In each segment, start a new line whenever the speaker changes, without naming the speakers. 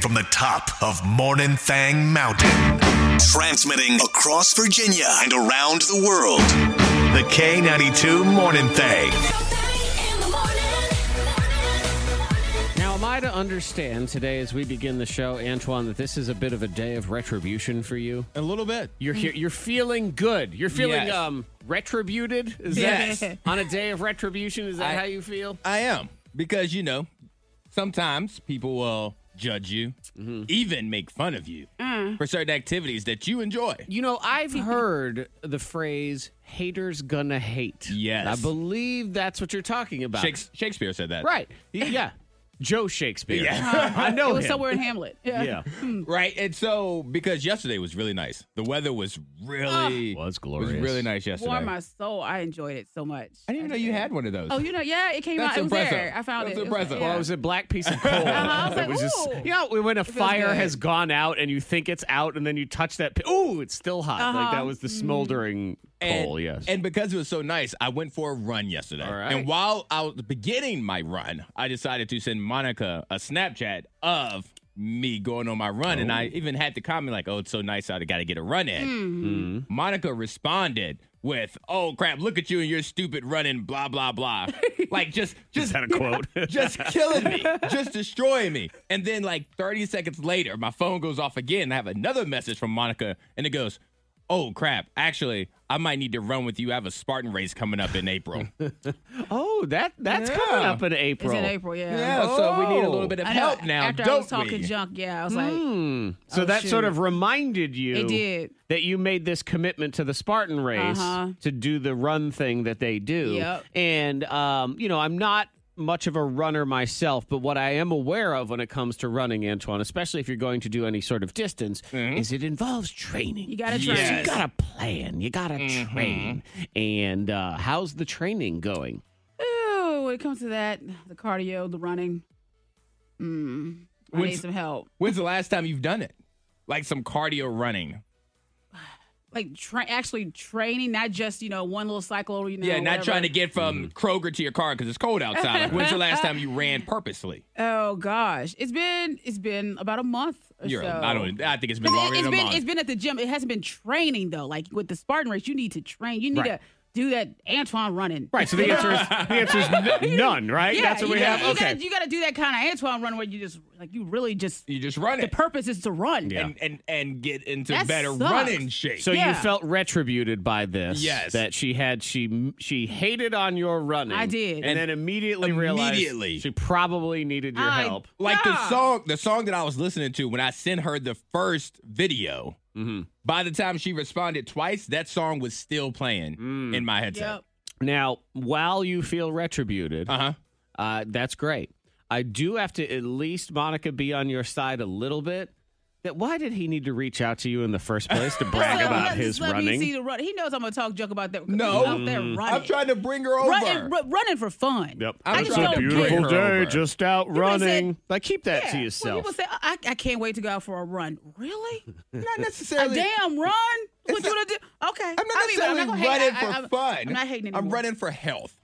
from the top of Morning Thang Mountain, transmitting across Virginia and around the world. The K92 Morning Thang.
Now, am I to understand today as we begin the show, Antoine, that this is a bit of a day of retribution for you?
A little bit.
You're here, you're feeling good. You're feeling
Yes.
um retributed. Is
Yes.
that on a day of retribution? Is that
I-
how you feel?
I am because you know, sometimes people will judge you, even make fun of you for certain activities that you enjoy.
You know, I've heard the phrase "haters gonna hate."
Yes.
I believe that's what you're talking about.
Shakes- Shakespeare said that.
Right? Yeah, Joe Shakespeare.
Oh, Yeah.
I know
It was
him.
somewhere in Hamlet.
Yeah,
Right. And so because yesterday was really nice. The weather was really
was
was
glorious.
really nice yesterday.
Warm my soul. I enjoyed it so much.
I didn't even know you had one of those.
Oh, you know, yeah, it came
That's
out. It was
impressive.
there. I found
That's
it. It was-
impressive.
Well,
yeah.
Oh, it was a black piece of coal.
I was
It
like,
was just,
ooh.
you know, when a fire
good.
has gone out and you think it's out, and then you touch that. Pi- ooh, it's still hot. Like
Uh-huh.
that was the smoldering
and,
coal. yes.
And because it was so nice, I went for a run yesterday.
All right.
And while I was beginning my run, I decided to send Monica a Snapchat of me going on my run. And I
Oh.
even had to comment like, oh, it's so nice out. I got to get a run in.
Mm-hmm.
Monica responded with, oh, crap, look at you and your stupid running, blah, blah, blah. like just,
Is
just
that a quote?
just killing me, just destroying me. And then, like 30 seconds later, my phone goes off again. And I have another message from Monica, and it goes, Oh crap, actually, I might need to run with you. I have a Spartan race coming up in April.
oh, that that's
Yeah.
coming up in
It's
April.
in April, yeah.
so we need a little bit of
I know.
help now,
After
don't
I was talking
we?
junk, yeah, I was like,
Hmm. So
Oh,
that sort
shoot.
of reminded you
Mm.
It did.
that you made this commitment to the Spartan race
Uh-huh.
to do the run thing that they do.
Yep.
And, um, you know, I'm not much of a runner myself, but what I am aware of when it comes to running, Antoine, especially if you're going to do any sort of distance, is it involves training.
you got to
Yes.
train.
You got to plan, you got to train. And uh, how's the training going?
Ooh, when it comes to that, the cardio, the running, mm, I
When's-
need some help.
When's the last time you've done it? Like some cardio running.
Like tra- actually training, not just you know one little cycle. You know,
yeah, not
whatever.
trying to get from Kroger to your car because it's cold outside. Like, when's the last time you ran purposely?
Oh gosh, it's been it's been about a month or
You're,
so.
I don't. I think it's been
Because
longer
it, has
than a
been
month.
it's been at the gym. It hasn't been training though. Like with the Spartan race, you need to train. You need
Right.
to do that Antoine running.
Right. So the answer is the answer is none, right?
Yeah,
That's what
you
we
gotta,
have.
You
Okay.
gotta, you gotta do that kind of Antoine run where you just like you really just
you just run
the
it
purpose is to run.
Yeah.
and, and and get into
That
better
sucks.
running shape.
So you
Yeah.
felt retributed by this?
Yes.
That she had she she hated on your running.
I did.
and, then immediately,
Immediately.
realized she probably needed your
I-
help.
like the
Yeah.
song the song that i was listening to when i sent her the first video by the time she responded twice that song was still playing in my headset
Yep.
Now, while you feel retributed,
uh-huh
uh, that's great. I do have to at least Monica be on your side a little bit. That why did he need to reach out to you in the first place to brag
Just let-
about
let-
his
just let me see
running? Mm.
the run. He knows I'm gonna talk junk about that.
No.
out there running.
i'm trying to bring her over
running, ru- running for fun.
I'm
I just
trying
don't
to
get
beautiful
it.
her day, over. just
out
would've said- running.
like keep that
Yeah.
to
When
yourself.
people say, I, I can't wait to go out for a run. Really?
not
a
necessarily
damn run? What
It's
you gonna do? Okay.
i'm not
I mean, but
necessarily
gonna hate-
running
I-
for
I- I'm-
fun
I'm not hating anymore.
i'm running for health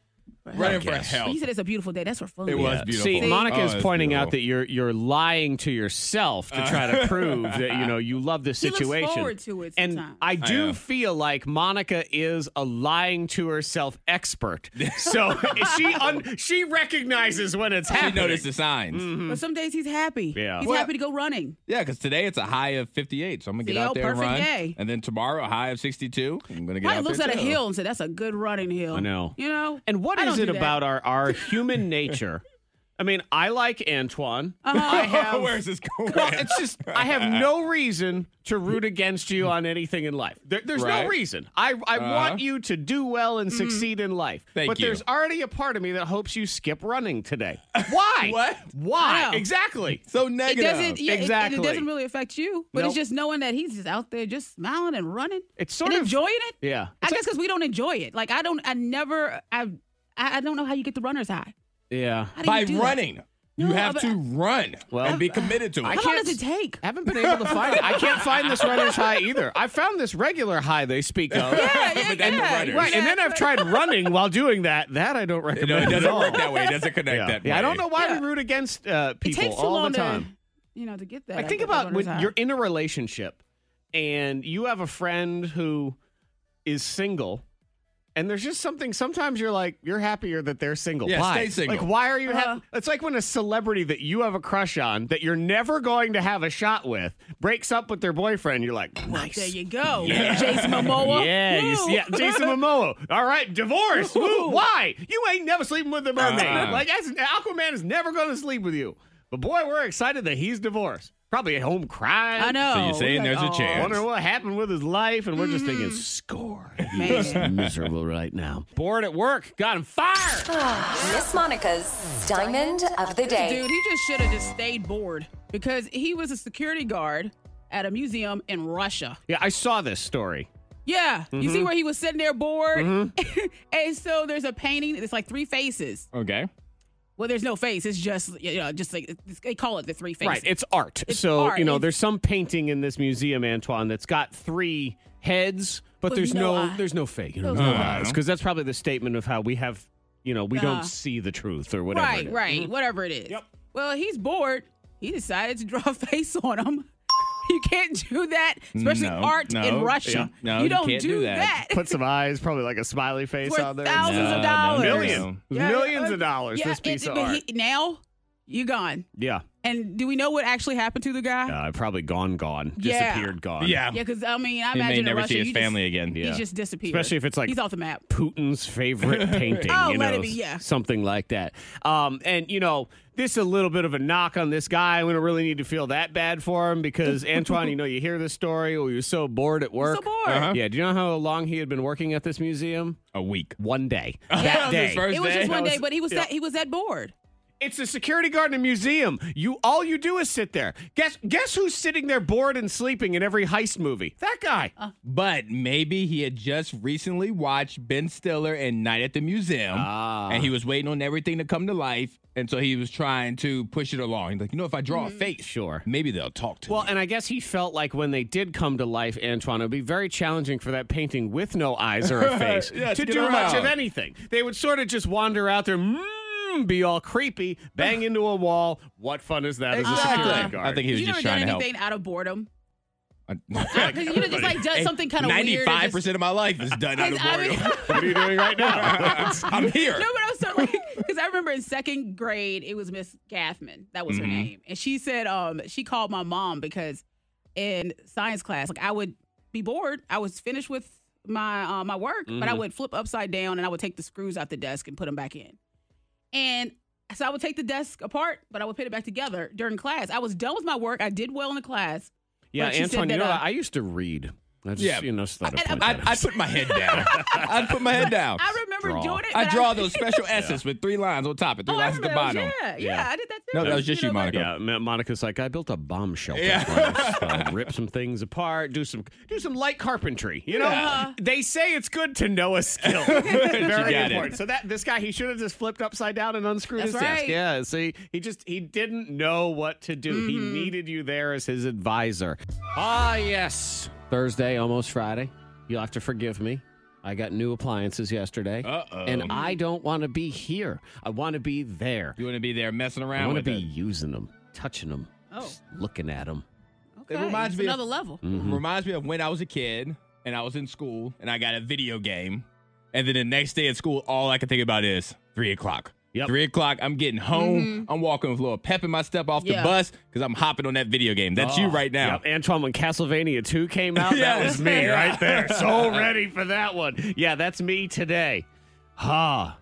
running for
guess.
health
He said it's a beautiful day. That's for fun.
It was
Yeah.
beautiful.
See,
See?
Monica
Oh,
is
it's
pointing out
beautiful.
that you're you're lying to yourself to try to prove that you know you love this
He looks
situation.
forward to it
and
sometimes.
I do
yeah.
feel like Monica is a lying to herself expert. So she un- she recognizes when it's
she
happening.
noticed the signs
But some days he's happy.
Yeah.
He's
Well-
happy to go running.
yeah because today it's a high of 58 so i'm gonna get
See,
out
oh,
there and
perfect
run
day.
and then tomorrow a high of 62 i'm gonna get
Probably
out
looks
there
at a
too.
hill and said, "That's a good running hill."
I know.
You know.
And what
I
is
don't
it
do that.
about uh, our our human nature? I mean, I like Antoine. I have
where's this going
Well, it's just I have no reason to root against you on anything in life. There, there's
Right.
no reason. I I
Uh-huh. Mm-hmm.
want you to do well and succeed in life.
Thank
but
you.
there's already a part of me that hopes you skip running today. Why?
What?
Why?
I know.
Exactly.
so
It
negative
doesn't. Yeah, it-
Exactly.
It, doesn't really affect you, but
Nope.
it's just knowing that he's just out there, just smiling and running.
It's sort
and
of
enjoying it.
Yeah.
I
It's
guess because we don't enjoy it. Like I don't. I never. I. I I don't know how you get the runner's high.
Yeah.
How do
by
you do that?
running. You
No,
have
but-
to run
Well,
and be committed to it.
I
How long
can't
does it take?
Haven't been able to find it. I can't find this runner's high either. I found this regular high they speak of.
Yeah, yeah,
But then the
yeah.
runners.
Right, and then I've tried running while doing that. That I don't recommend.
no, it
at
doesn't
all.
work that way. It doesn't connect
Yeah.
that way.
Yeah, I don't know why
Yeah.
we root against uh,
It
people
takes too
all
long
the time.
to. you know, to get that.
Like
I
think
get the
about when
runners high.
you're in a relationship and you have a friend who is single and there's just something sometimes you're like you're happier that they're single.
Yeah,
why?
stay single.
Like why are you
Uh-huh.
ha- It's like when a celebrity that you have a crush on that you're never going to have a shot with breaks up with their boyfriend you're like nice.
There you go. Jason Momoa.
Yeah, you
Woo.
see, yeah, Jason Momoa. All right, divorce. Woo.
Ooh.
Why? You ain't never sleeping with the mermaid.
Uh-huh.
Uh-uh.
Like that's, Aquaman is never going to sleep with you. But boy, we're excited that he's divorced. Probably at home crying.
I know.
So you're saying
Like,
there's a
oh,
chance.
Wondering what happened with his life, and we're just thinking,
Mm-hmm.
score. He's miserable right now. Bored at work. Got him fired.
Miss Monica's Diamond of the Day.
Dude, he just should have just stayed bored because he was a security guard at a museum in Russia.
Yeah, I saw this story.
Yeah. You see where he was sitting there bored? and so there's a painting. It's like three faces.
Okay.
Well, there's no face. It's just, you know, just like it's- they call it the three faces.
Right, it's art.
It's
so
art.
you know,
It's-
there's some painting in this museum, Antoine, that's got three heads, but
With
there's
no
no,
eye.
there's no fake,
No
no,
eye.
eyes, because that's probably the statement of how we have, you know, we
Uh-huh.
don't see the truth or whatever. it
Right,
is.
right. Whatever it is.
Yep.
Well, he's bored. He decided to draw a face on him. You can't do that, especially
No,
art in
no,
Russia.
yeah, no,
you
you
don't
can't
do,
do
that.
that.
Put some eyes, probably like a smiley face
For
on there.
thousands
No,
of
no,
dollars.
Millions,
Yeah,
millions
uh,
of dollars.
yeah,
this piece
it-
of
but
art.
he- now you gone.
yeah,
And do we know what actually happened to the guy?
uh, probably gone, gone,
Yeah.
disappeared, gone.
Yeah, because I mean, I
He
imagine
may
in
never
Russia,
see his
you
family
just,
again.
He
Yeah.
just disappeared.
Especially if it's like
he's off the map.
Putin's favorite painting,
Oh,
you know,
let it be, yeah.
something like that. Um, and you know, this is a little bit of a knock on this guy. We don't really need to feel that bad for him because Antoine, you know, you hear this story, or you're so bored at work.
So bored.
Uh-huh.
Yeah, do you know how long he had been working at this museum?
A week. Uh.
One day.
That
day.
It was just one
That
day,
was-
but he was
yeah.
that he was that bored.
It's a security guard in a museum. You all you do is sit there. Guess guess who's sitting there bored and sleeping in every heist movie? That guy.
Uh.
But maybe he had just recently watched Ben Stiller and Night at the Museum,
Ah.
and he was waiting on everything to come to life, and so he was trying to push it along. He's like, you know, if I draw a
Mm-hmm.
face,
Sure.
maybe they'll talk to
Well,
me.
and I guess he felt like when they did come to life, Antoine, it would be very challenging for that painting with no eyes or a face
Yes,
to
get
do much
around.
of anything. They would sort of just wander out there, mm, be all creepy, bang into a wall. What fun is that as a security
Exactly.
guard?
I think he was
you
just
never
trying
done
to help.
anything out of boredom.
I-
Because you know, just like done something kind of weird. and
Ninety-five
just-
percent of my life is done out of
'Cause I mean-
boredom.
what are you doing right now?
I'm here.
No, but I was so like, because I remember in second grade, it was Miss Gaffman. That
Mm-hmm.
was her name. And she said, um, she called my mom because in science class, like I would be bored. I was finished with my uh, my work, but I
Mm-hmm.
would flip upside down and I would take the screws out the desk and put them back in. And so I would take the desk apart, but I would put it back together during class. I was done with my work. I did well in the class.
yeah,
But she said
Antoine, you
that,
know,
uh,
I used to read. I just,
Yeah.
you know, just thought I'd point
I,
that out.
I put my head down. I put my head down.
I remember
Draw.
doing it.
I
but
draw those special S's with three lines on top and three
Oh, I
lines at
remember
the
those.
bottom.
Yeah, yeah,
Yeah.
I did that too.
No, that was just you,
know, but-
Monica.
Yeah, Ma- Monica's like, I built a bomb shelter.
Yeah.
once. Uh, rip some things apart, do some do some light carpentry. You know,
Yeah.
they say it's good to know a skill. Very
got it.
important. So that this guy, he should have just flipped upside down and unscrewed
That's
his
right.
desk. Yeah. See, he just he didn't know what to do. He
Mm-hmm.
needed you there as his advisor. Ah, yes. Thursday, almost Friday. You'll have to forgive me. I got new appliances yesterday,
Uh-oh.
and I don't want to be here. I want to be there.
You want to be there messing
I
around
want to
with
be
it.
using them, touching them,
Oh.
just looking at them.
Okay,
reminds
it's
me of-
another level.
Mm-hmm.
Mm-hmm.
Reminds me of when I was a kid and I was in school and I got a video game. And then the next day at school, all I could think about is three o'clock.
Yep.
Three o'clock, I'm getting home. I'm walking with a little pep in my step off
Mm-hmm. Yeah.
the bus because I'm hopping on that video game. That's you right now.
Oh, Yep, Antoine, when Castlevania 2 came out, that
Yes.
was me right there. So ready for that one. Yeah, that's me today. Ha.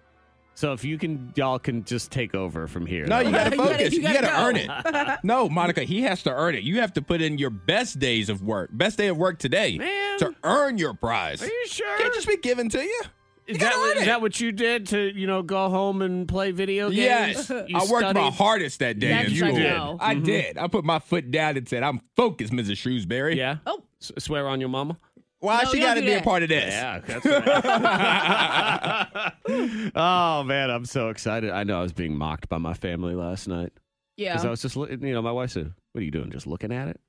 So if you can, y'all can just take over from here.
No, you gotta
gotta You gotta-
focus.
you
You gotta,
gotta go.
earn it. no, Monica, he has to earn it. You have to put in your best days of work, best day of work today,
Man.
to earn your prize.
Are you sure?
Can't just be given to you.
is,
gotta
that what-
earn
is
it.
that what you did to, you know, go home and play video games?
Yes,
You
I worked my
studied?
hardest that day.
That's
in
like
school.
no.
I
Mm-hmm.
did. I put my foot down and said, "I'm focused, Mrs. Shrewsbury."
Yeah.
Oh.
S- swear on your mama?
Why
No,
she
you don't
got to
do
be a
that.
part of this?
Yeah, that's right. oh, man, I'm so excited. I know I was being mocked by my family last night.
Yeah.
Because I was just, loo- you know, my wife said, "What are you doing? Just looking at it?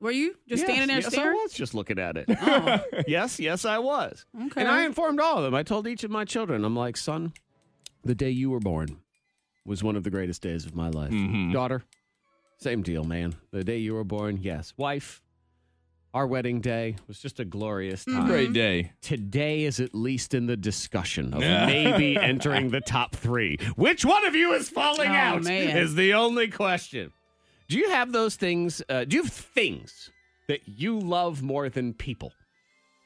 Were you
Yes,
just standing there
yes,
staring?
I was just looking at it.
Oh,
yes, yes, I was.
Okay.
And I informed all of them. I told each of my children, I'm like, son,
Mm-hmm.
the day you were born was one of the greatest days of my life. Daughter, Same deal, man. The day you were born, yes. Wife, our wedding day was just a glorious
Mm-hmm.
time.
Great day.
Today is at least in the discussion of maybe entering the top three. Which one of you is falling
Oh,
out
man.
is the only question. Do you have those things? Uh, do you have things that you love more than people?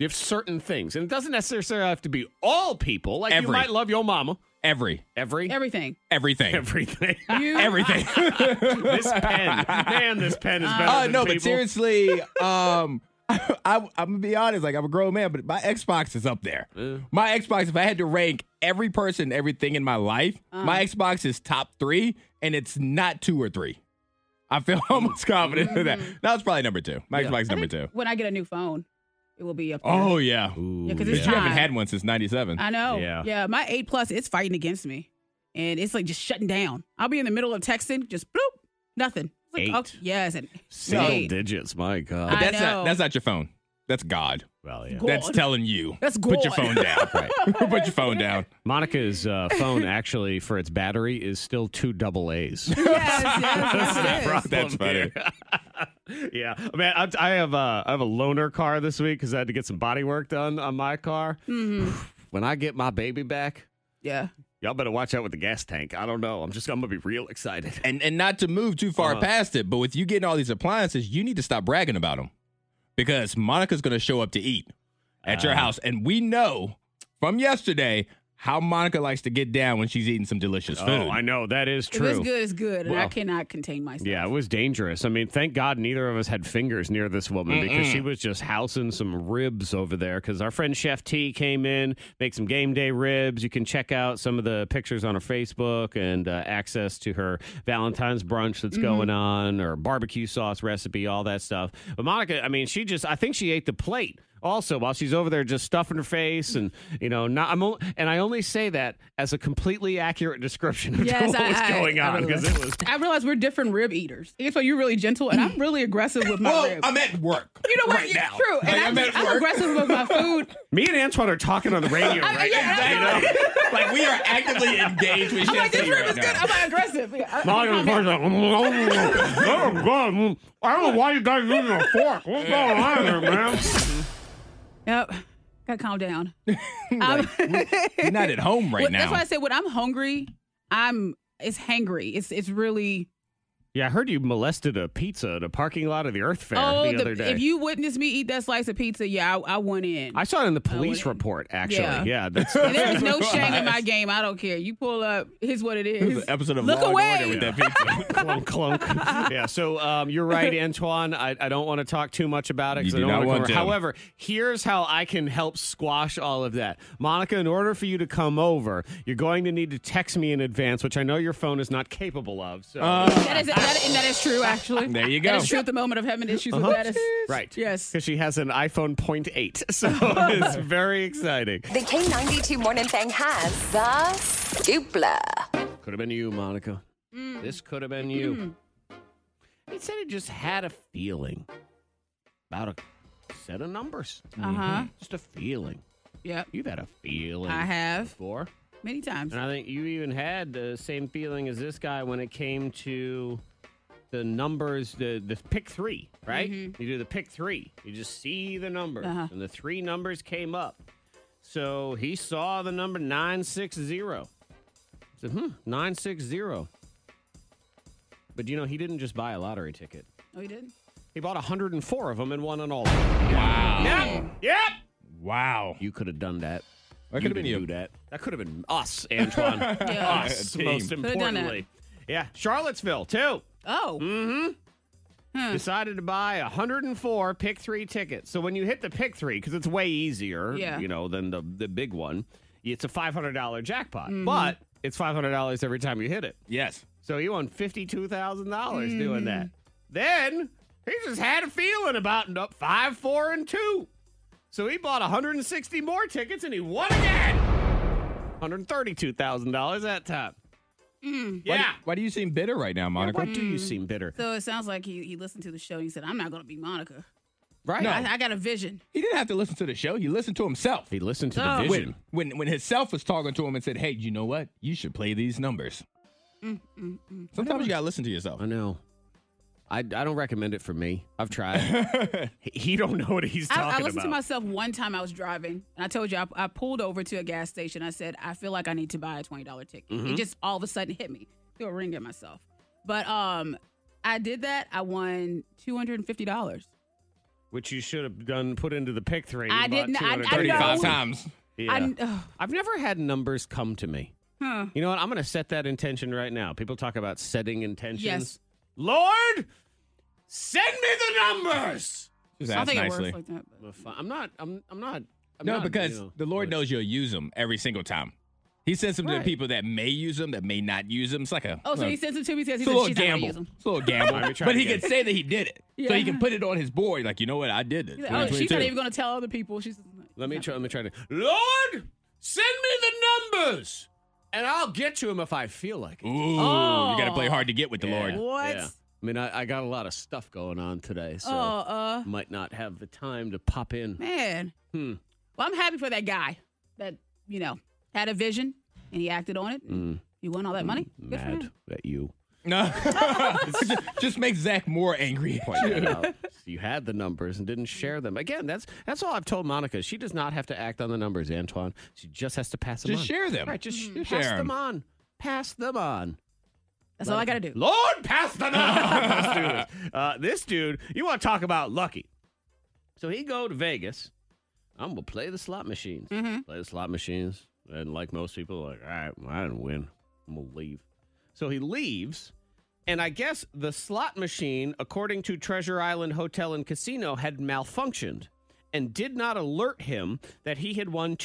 You have certain things, and it doesn't necessarily have to be all people. Like you
Every.
might love your mama,
Every.
every,
Everything.
Everything. Ah,
everything.
You,
Everything.
this pen, man, this pen is better.
Uh,
than
no,
people.
but seriously, um, I, am gonna be honest. Like, I'm a grown man, but my Xbox is up there. My Xbox. If I had to rank every person, everything in my life,
Uh-huh.
my Xbox is top three, and it's not two or three. I feel almost confident in that. No, it's probably number two. My Xbox is number two.
when Mm. I get a new phone, it will be up there.
Oh yeah,
yeah, because
you
it's time.
haven't had one since '97.
I know.
Yeah.
Yeah. my eight plus, it's fighting against me, and it's like just shutting down. I'll be in the middle of texting, just bloop, nothing. It's like,
Eight.
okay, yes, and
Single
Eight.
digits, my God.
I-
That's
know.
not. That's not your phone. That's God.
well, yeah.
Go-
That's
God.
telling you.
That's
Put your
God.
phone down. Put your phone down.
Monica's uh, phone actually, for its battery, is still two double A's. Oh,
yes, yes, yes, yes.
That's funny.
yeah, man. I, I have a I have a loaner car this week because I had to get some body work done on my car. When I get my baby back,
Mm-hmm. Yeah.
y'all better watch out with the gas tank. I don't know. I'm just I'm gonna be real excited.
and and not to move too far past it, but with you getting all these appliances, you need to stop bragging about them because Monica's going to show up to eat at your house, and we know from yesterday how Monica likes to get down when she's eating some delicious food.
Oh, I know that is
If it's
true.
good, it's good, and I
Well-
cannot contain myself.
Yeah, it was dangerous. I mean, thank God neither of us had fingers near this woman because she was just housing some ribs over there. Because our friend Chef T came in, make some game day ribs. You can check out some of the pictures on her Facebook and uh, access to her Valentine's brunch
Mm-hmm.
that's going on, or barbecue sauce recipe, all that stuff. But Monica, I mean, she just, I think she ate the plate. Also, while she's over there just stuffing her face, and you know, not I'm, only, and I only say that as a completely accurate description of
Yes,
what
I-
was
I-
going
I
on
really
because
was.
it was
I realize we're different rib eaters. I guess why you're really gentle, and I'm really aggressive with my
Well,
rib.
I'm at work.
you know what?
Right
it's
now.
true.
Like,
And
I'm
I'm,
at
I'm
work.
aggressive with my food.
Me and Antoine are talking on the radio right
yeah,
now. you know?
like we are actively engaged with
I'm
Chef
like, this
T
rib
right
is good.
now.
I'm not aggressive. Yeah, I-
Molly
I'm
was
not-
like, oh, God. I don't know why you guys using a fork. What's going on here, man?
Yep. Gotta calm down.
You're not at home right
Well,
now.
That's why I said when I'm hungry, I'm it's hangry. It's it's really
Yeah, I heard you molested a pizza at a parking lot of the Earth Fair
oh
the,
the-
other day.
if you witnessed me eat that slice of pizza, yeah, I, I went in.
I saw it in the
Oh,
police
wouldn't.
report, actually. Yeah,
Yeah.
that's
And there is no shame in my game. I don't care. You pull up. Here's what it
It was
is.
an episode of
Look
Law and
away.
Order with that pizza.
clunk, clunk. Yeah, so um, you're right, Antoine. I, I don't want to talk too much about it. 'cause I
You do
don't
not
wanna
want
cover-
to.
However, here's how I can help squash all of that. Monica, in order for you to come over, you're going to need to text me in advance, which I know your phone is not capable of. So.
Uh,
That is that, and that is true. Actually,
There you
That
go.
is true. At the moment of having issues
uh-huh.
Uh-huh.
with that is
Right.
Yes.
Because she has an iPhone point eight, So it's very exciting.
The K92 Morning Thing has the scoopla.
Could have been you, Monica. This could have been you. He said he just had a feeling about a set of numbers.
Uh huh.
Just a feeling.
Yep.
You've had a feeling.
I have
Before.
many times.
And I think you even had the same feeling as this guy when it came to the numbers, the, the pick three, right? You do the pick three. You just see the numbers.
Uh-huh.
And the three numbers came up. So he saw the number 960. He said, hmm, 960. But you know, he didn't just buy a lottery ticket.
Oh, you did.
He bought 104 of them and won on all of them.
Wow.
Yep.
Wow.
You could have done that.
That could have been
didn't
you.
Do that. That could have been us, Antoine.
Yeah.
us,
Team.
most
done
importantly. Yeah, Charlottesville too.
Oh.
Decided to buy 104 pick three tickets. So when you hit the pick three, because it's way easier,
Yeah.
you know, than the the big one, it's a $500 jackpot.
Mm-hmm.
But it's $500 every time you hit it.
Yes.
So he won $52,000 doing that.
Mm-hmm.
Then he just had a feeling about no- five, four, and two. So he bought 160 more tickets and he won again. $132,000 that time.
Why do-
Yeah.
Why do you seem bitter right now, Monica?
Why do you seem bitter?
Mm. So it sounds like he, he listened to the show and he said, I'm not going to be Monica.
Right.
I, I got a vision.
He didn't have to listen to the show. He listened to himself.
He listened to the
Oh.
vision.
When, when when his self was talking to him and said, "Hey, you know what? You should play these numbers." Sometimes you gotta listen to yourself.
I know. I, I don't recommend it for me. I've tried. he, he don't know what he's talking
I, I listened
about.
to myself one time. I was driving, and I told you I, I pulled over to a gas station. I said, "I feel like I need to buy a twenty dollar ticket."
Mm-hmm.
It just all of a sudden hit me. Threw a ring at myself, but um, I did that. I won two hundred and fifty dollars.
Which you should have done put into the pick three.
I
about
didn't- I- I
35
$235.
know.
times.
Yeah. I've never had numbers come to me. You know what? I'm going to set that intention right now. People talk about setting intentions.
Yes.
Lord, send me the numbers.
Just
I don't
ask
think
nicely.
it works like that. but-
I'm not. I'm. I'm not. I'm
no,
not,
because
you know,
the Lord
but-
knows you'll use them every single time. He sends them to
Right.
the people that may use them, that may not use them. It's like a
Oh, so
like-
he sends them to me because
it's
he's
a little
like, she's not gonna use
gamble.
them.
It's a little gamble.
let me try
but he
again.
can say that he did it, so he
Yeah.
can put it on his board. Like you know what, I did it.
He's like, oh, she's
2022."
not even gonna tell other people. She's just like,
Let me try. Let me try to. Lord, send me the numbers, and I'll get to him if I feel like it.
Ooh, you got to play hard to get with the
Oh. Yeah,
Lord.
What?
yeah. I mean, I, I got a lot of stuff going on today, so
Oh, uh,
might not have the time to pop in.
man.
Hmm.
Well, I'm happy for that guy that you know had a vision and he acted on it. You won all that money. Good for
Hmm. Mad
him.
at you.
No, just, just make Zach more angry.
pointed that out. You had the numbers and didn't share them. Again, that's that's all I've told Monica. She does not have to act on the numbers, Antoine. She just has to pass them
Just
on.
share them.
Right, just
Mhm.
pass
Share 'em.
them on. Pass them on.
That's all I gotta do.
Lord, pass them on. Let's do this. Uh, this dude, you want to talk about lucky. So he go to Vegas. I'm going to play the slot machines. Play the slot machines. And like most people, like, all right, well, I didn't win. I'm going to leave. So he leaves. And I guess the slot machine, according to Treasure Island Hotel and Casino, had malfunctioned and did not alert him that he had won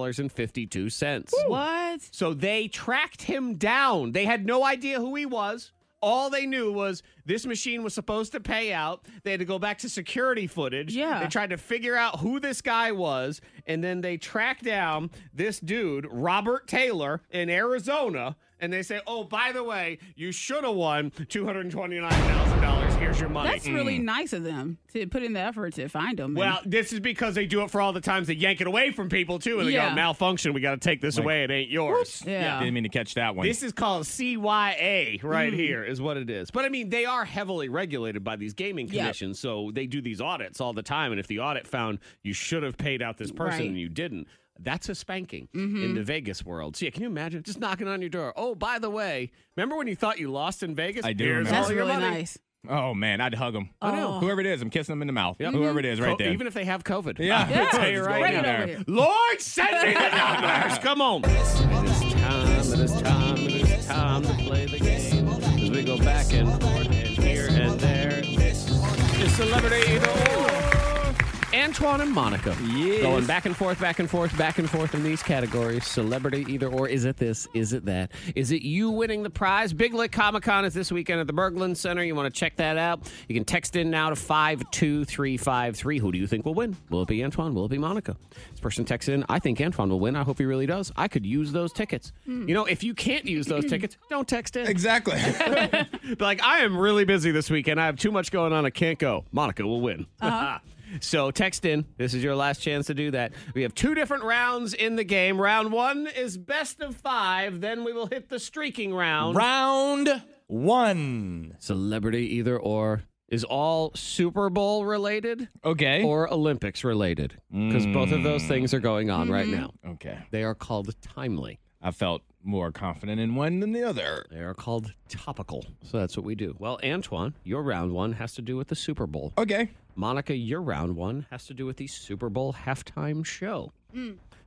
$229,368.52.
What?
So they tracked him down. They had no idea who he was. All they knew was this machine was supposed to pay out. They had to go back to security footage.
Yeah.
They tried to figure out who this guy was. And then they tracked down this dude, Robert Taylor, in Arizona. And they say, oh, by the way, you should have won $229,000. Here's your money. Hmm.
That's really nice of them to put in the effort to find him.
well, this is because they do it for all the times they yank it away from people, too. And they
Yeah.
go, malfunction. We got to take this away. It ain't yours.
yeah.
Didn't mean to catch that one.
This is called CYA right
Hmm.
here, is what it is. But I mean, they are heavily regulated by these gaming
Yeah.
commissions, so they do these audits all the time. And if the audit found you should have paid out this person
Right. Mm-hmm.
and you didn't, that's a spanking in the Vegas world. So yeah, can you imagine just knocking on your door? Oh, by the way, remember when you thought you lost in Vegas?
I do
Here's
remember.
that's
all your
really
money.
nice.
oh man, I'd hug him.
I know.
Whoever it is, I'm kissing him in the mouth.
Mm-hmm.
Whoever it is, right
Co-
there.
Oh, Even if they have COVID.
Yeah.
I can tell you
Let's
right
go
Bring it
now.
over here.
Lord, send me the numbers. Come on. It is time, it is time, it is time to play the game. As we go back and forth and here and there. This is celebrity either or. Antoine and Monica.
Yes.
Going back and forth, back and forth, back and forth in these categories. Celebrity either or. Is it this? Is it that? Is it you winning the prize? Big Lick Comic Con is this weekend at the Berglund Center. You want to check that out? You can text in now to 52353. Who do you think will win? Will it be Antoine? Will it be Monica? This person texts in, I think Antoine will win. I hope he really does. I could use those tickets. You know, if you can't use those tickets, don't text in.
exactly.
Be like, I am really busy this weekend. I have too much going on. I can't go. Monica will win. so text in. This is your last chance to do that. We have two different rounds in the game. Round one is best of five. Then we will hit the streaking round.
Round one.
Celebrity either or is all Super Bowl related
okay.
or Olympics related because both of those things are going on right now.
okay.
They are called timely.
I felt more confident in one than the other.
They are called topical. So that's what we do. Well, Antoine, your round one has to do with the Super Bowl.
Okay.
Monica, your round one has to do with the Super Bowl halftime show.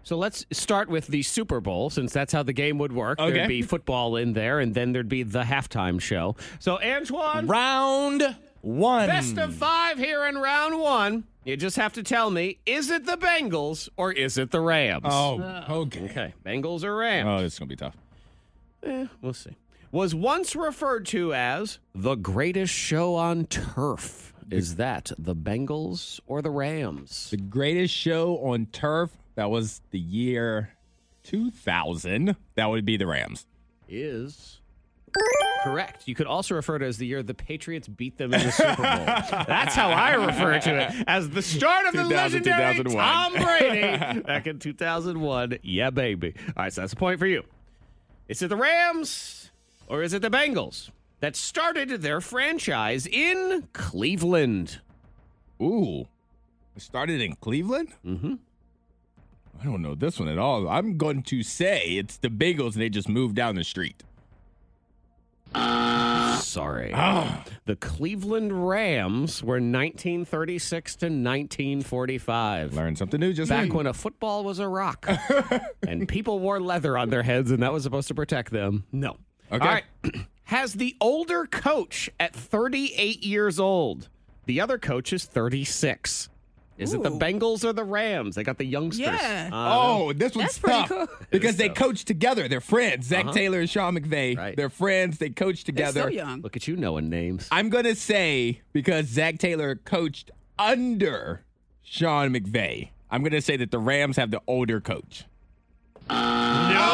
So let's start with the Super Bowl, since that's how the game would work. There'd
Okay.
be football in there, and then there'd be the halftime show. So, Antoine,
Round
Oh,
one.
best of five here in round one. You just have to tell me is it the Bengals or is it the Rams?
Oh, okay.
Okay, Bengals or Rams?
Oh, this is gonna be tough. Oh.
We'll see. Was once referred to as the greatest show on turf. Is that the Bengals or the Rams?
The greatest show on turf. That was the year 2000. That would be the Rams.
is correct. You could also refer to it as the year the Patriots beat them in the Super Bowl. That's how I refer to it as the start of the
2000,
legendary
2001.
Tom Brady back in 2001. Yeah, baby. All right, so that's a point for you. Is it the Rams Or is it the Bengals that started their franchise in Cleveland?
Ooh. It started in Cleveland? Mm-hmm. I don't know this one at all. I'm going to say it's the Bengals and they just moved down the street.
Sorry. The Cleveland Rams were 1936 to 1945.
Learned something new just
back
now.
when a football was a rock and people wore leather on their heads and that was supposed to protect them. No.
Okay.
All right. Has the older coach at 38 years old? The other coach is 36. Is it the
Ooh.
Bengals or the Rams? They got the youngsters.
Yeah.
Uh,
Oh, this one's
That's pretty
tough.
cool.
Because they coach together. They're friends. Zach Taylor and Sean McVay.
Uh-huh. Right.
They're friends. They coach
They're
together.
so young.
Look at you knowing names.
I'm gonna say because Zach Taylor coached under Sean McVay. I'm gonna say that the Rams have the older coach.
Zach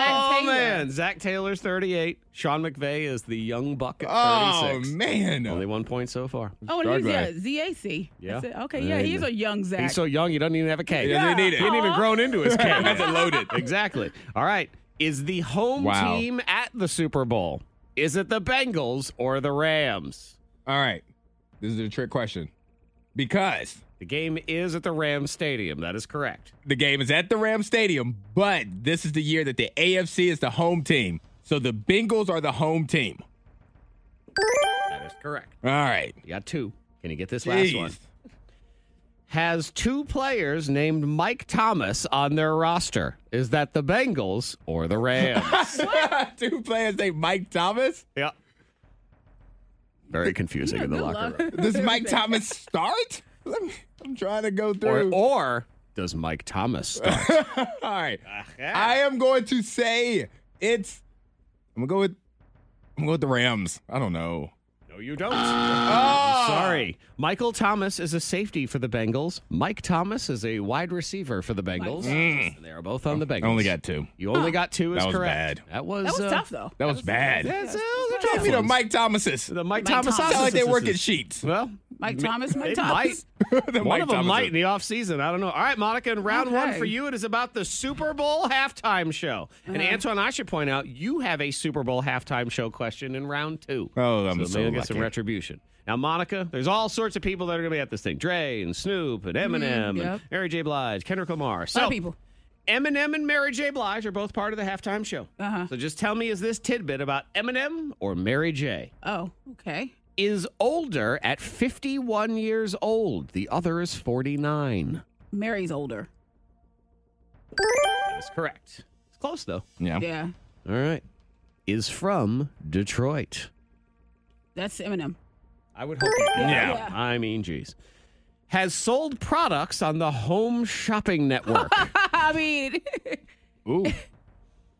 Oh
Taylor.
man, Zach Taylor's 38. Sean McVay is the young buck at
Oh
36.
man,
Only one point so far.
Oh, and
Start
he's
back.
yeah, ZAC.
Yeah.
That's it. Okay,
There
yeah,
you
he's
go.
a young Zach.
He's so young, he doesn't even have a K.
He doesn't need it.
He ain't even grown into his K.
That's a loaded.
exactly. All right. Is the home
Wow.
team at the Super Bowl? Is it the Bengals or the Rams?
All right, this is a trick question because
The game is at the Rams Stadium. That is correct.
the game is at the Ram Stadium, but this is the year that the AFC is the home team. So the Bengals are the home team.
That is correct.
All right.
You got two. Can you get this last one?
Jeez.
Has two players named Mike Thomas on their roster. Is that the Bengals or the Rams?
Two players named Mike Thomas.
yeah. Very confusing in the
Good
locker room.
luck.
Does Mike Thomas start? Let me, I'm trying to go
or,
through.
or does Mike Thomas start?
All right. I am going to say it's. I'm gonna go with. I'm gonna go with the Rams. I don't know.
no, you
Ah!
don't. I'm sorry. Michael Thomas is a safety for the Bengals. Mike Thomas is a wide receiver for the Bengals. And They are both on the Bengals.
I Mm. only got two.
You only got two is
That was
correct.
bad.
That was
That was
uh,
tough though.
That was bad.
That's, uh, those are
Give
tough
me the
ones.
Mike Thomases.
The Mike,
Mike
Thomas.
Thomas.
Sound like they work at
offices.
sheets.
Well,
Mike
ma-
Thomas, Mike
they
Thomas.
might.
The
One
Mike
of them
Thomases.
might in the offseason. I don't know. All right, Monica, and round one
Okay.
for you, it is about the Super Bowl halftime show. And
Uh-huh.
Antoine, I should point out, you have a Super Bowl halftime show question in round two.
Oh, I'm
so
so
maybe will get some
lucky.
retribution. Now, Monica, there's all sorts of people that are going to be at this thing. Dre and Snoop and Eminem and
Mm, yep.
Mary J. Blige, Kendrick Lamar.
A
So
lot of people.
Eminem and Mary J. Blige are both part of the halftime show. Uh-huh. So just tell me, is this tidbit about Eminem or Mary J.?
Oh, okay.
Is older at 51 years old. The other is 49.
Mary's older.
That is correct. It's close, though.
Yeah.
Yeah,
All right. Is from Detroit.
that's Eminem.
I would hope. You
Yeah.
I mean, geez. Has sold products on the Home Shopping Network.
I mean,
Ooh.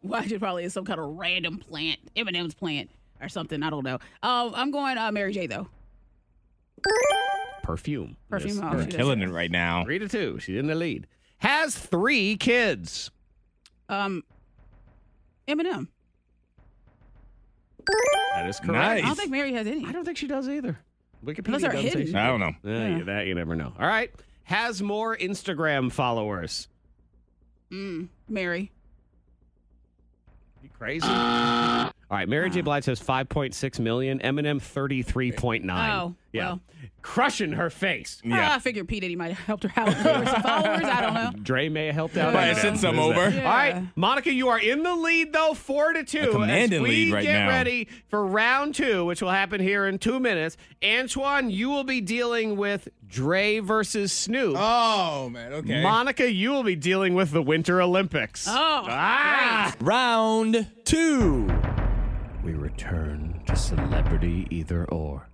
well, it probably is some kind of random plant, Eminem's plant or something. I don't know. Um, I'm going uh, Mary J though.
Perfume.
Perfume.
Yes.
oh,
We're
shoot,
killing it
that's-
right now.
Three to two. She's in the lead. Has three kids.
Um, Eminem.
That is
I don't
Nice.
think Mary has any.
I don't think she does either. Wikipedia
Those are
doesn't say
hidden. Ah.
she
I don't know.
Yeah, you- that you never know. All right. Has more Instagram followers.
Mm, Mary.
You crazy? All right. Mary J. Blige has 5.6 million. Eminem 33.9.
Oh,
yeah.
well.
Crushing her face.
Ah, I figured P Diddy might have helped her out with some followers. I don't know.
Dre may have helped out.
Might have
Eminem.
sent
What
some
is that?
over.
Yeah.
All right, Monica, you are in the lead though, four to two.
A commanding
as we
lead right
get
now.
ready for round two, which will happen here in two minutes. Antoine, you will be dealing with Dre versus Snoop.
Oh man. Okay.
Monica, you will be dealing with the Winter Olympics.
Oh,
ah!
Round two.
We return to celebrity either or.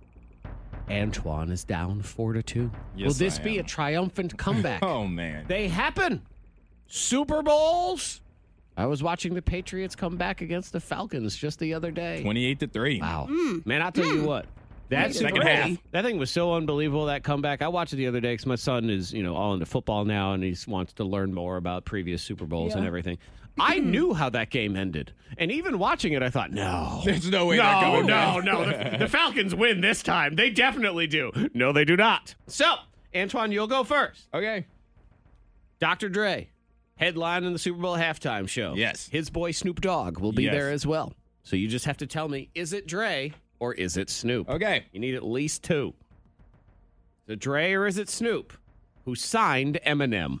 Antoine is down four to two.
Yes,
will this
I
be a
am.
triumphant comeback?
oh man.
They happen. Super Bowls. I was watching the Patriots come back against the Falcons just the other day.
Twenty-eight to three.
Wow. Man, I'll tell you what. That
Second
Super Bowl-
half.
That thing was so unbelievable, that comeback. I watched it the other day because my son is, you know, all into football now and he s- wants to learn more about previous Super Bowls and
Yeah.
everything. I knew how that game ended. And even watching it, I thought, no.
There's no way. Oh, they're coming back.
no. The, the Falcons win this time. They definitely do. No, they do not. So, Antoine, you'll go first.
Okay.
Dr. Dre, headline in the Super Bowl halftime show.
Yes.
His boy Snoop Dogg will be
Yes.
there as well. So you just have to tell me, is it Dre or is it Snoop?
Okay.
You need at least two. Is it Dre or is it Snoop who signed Eminem?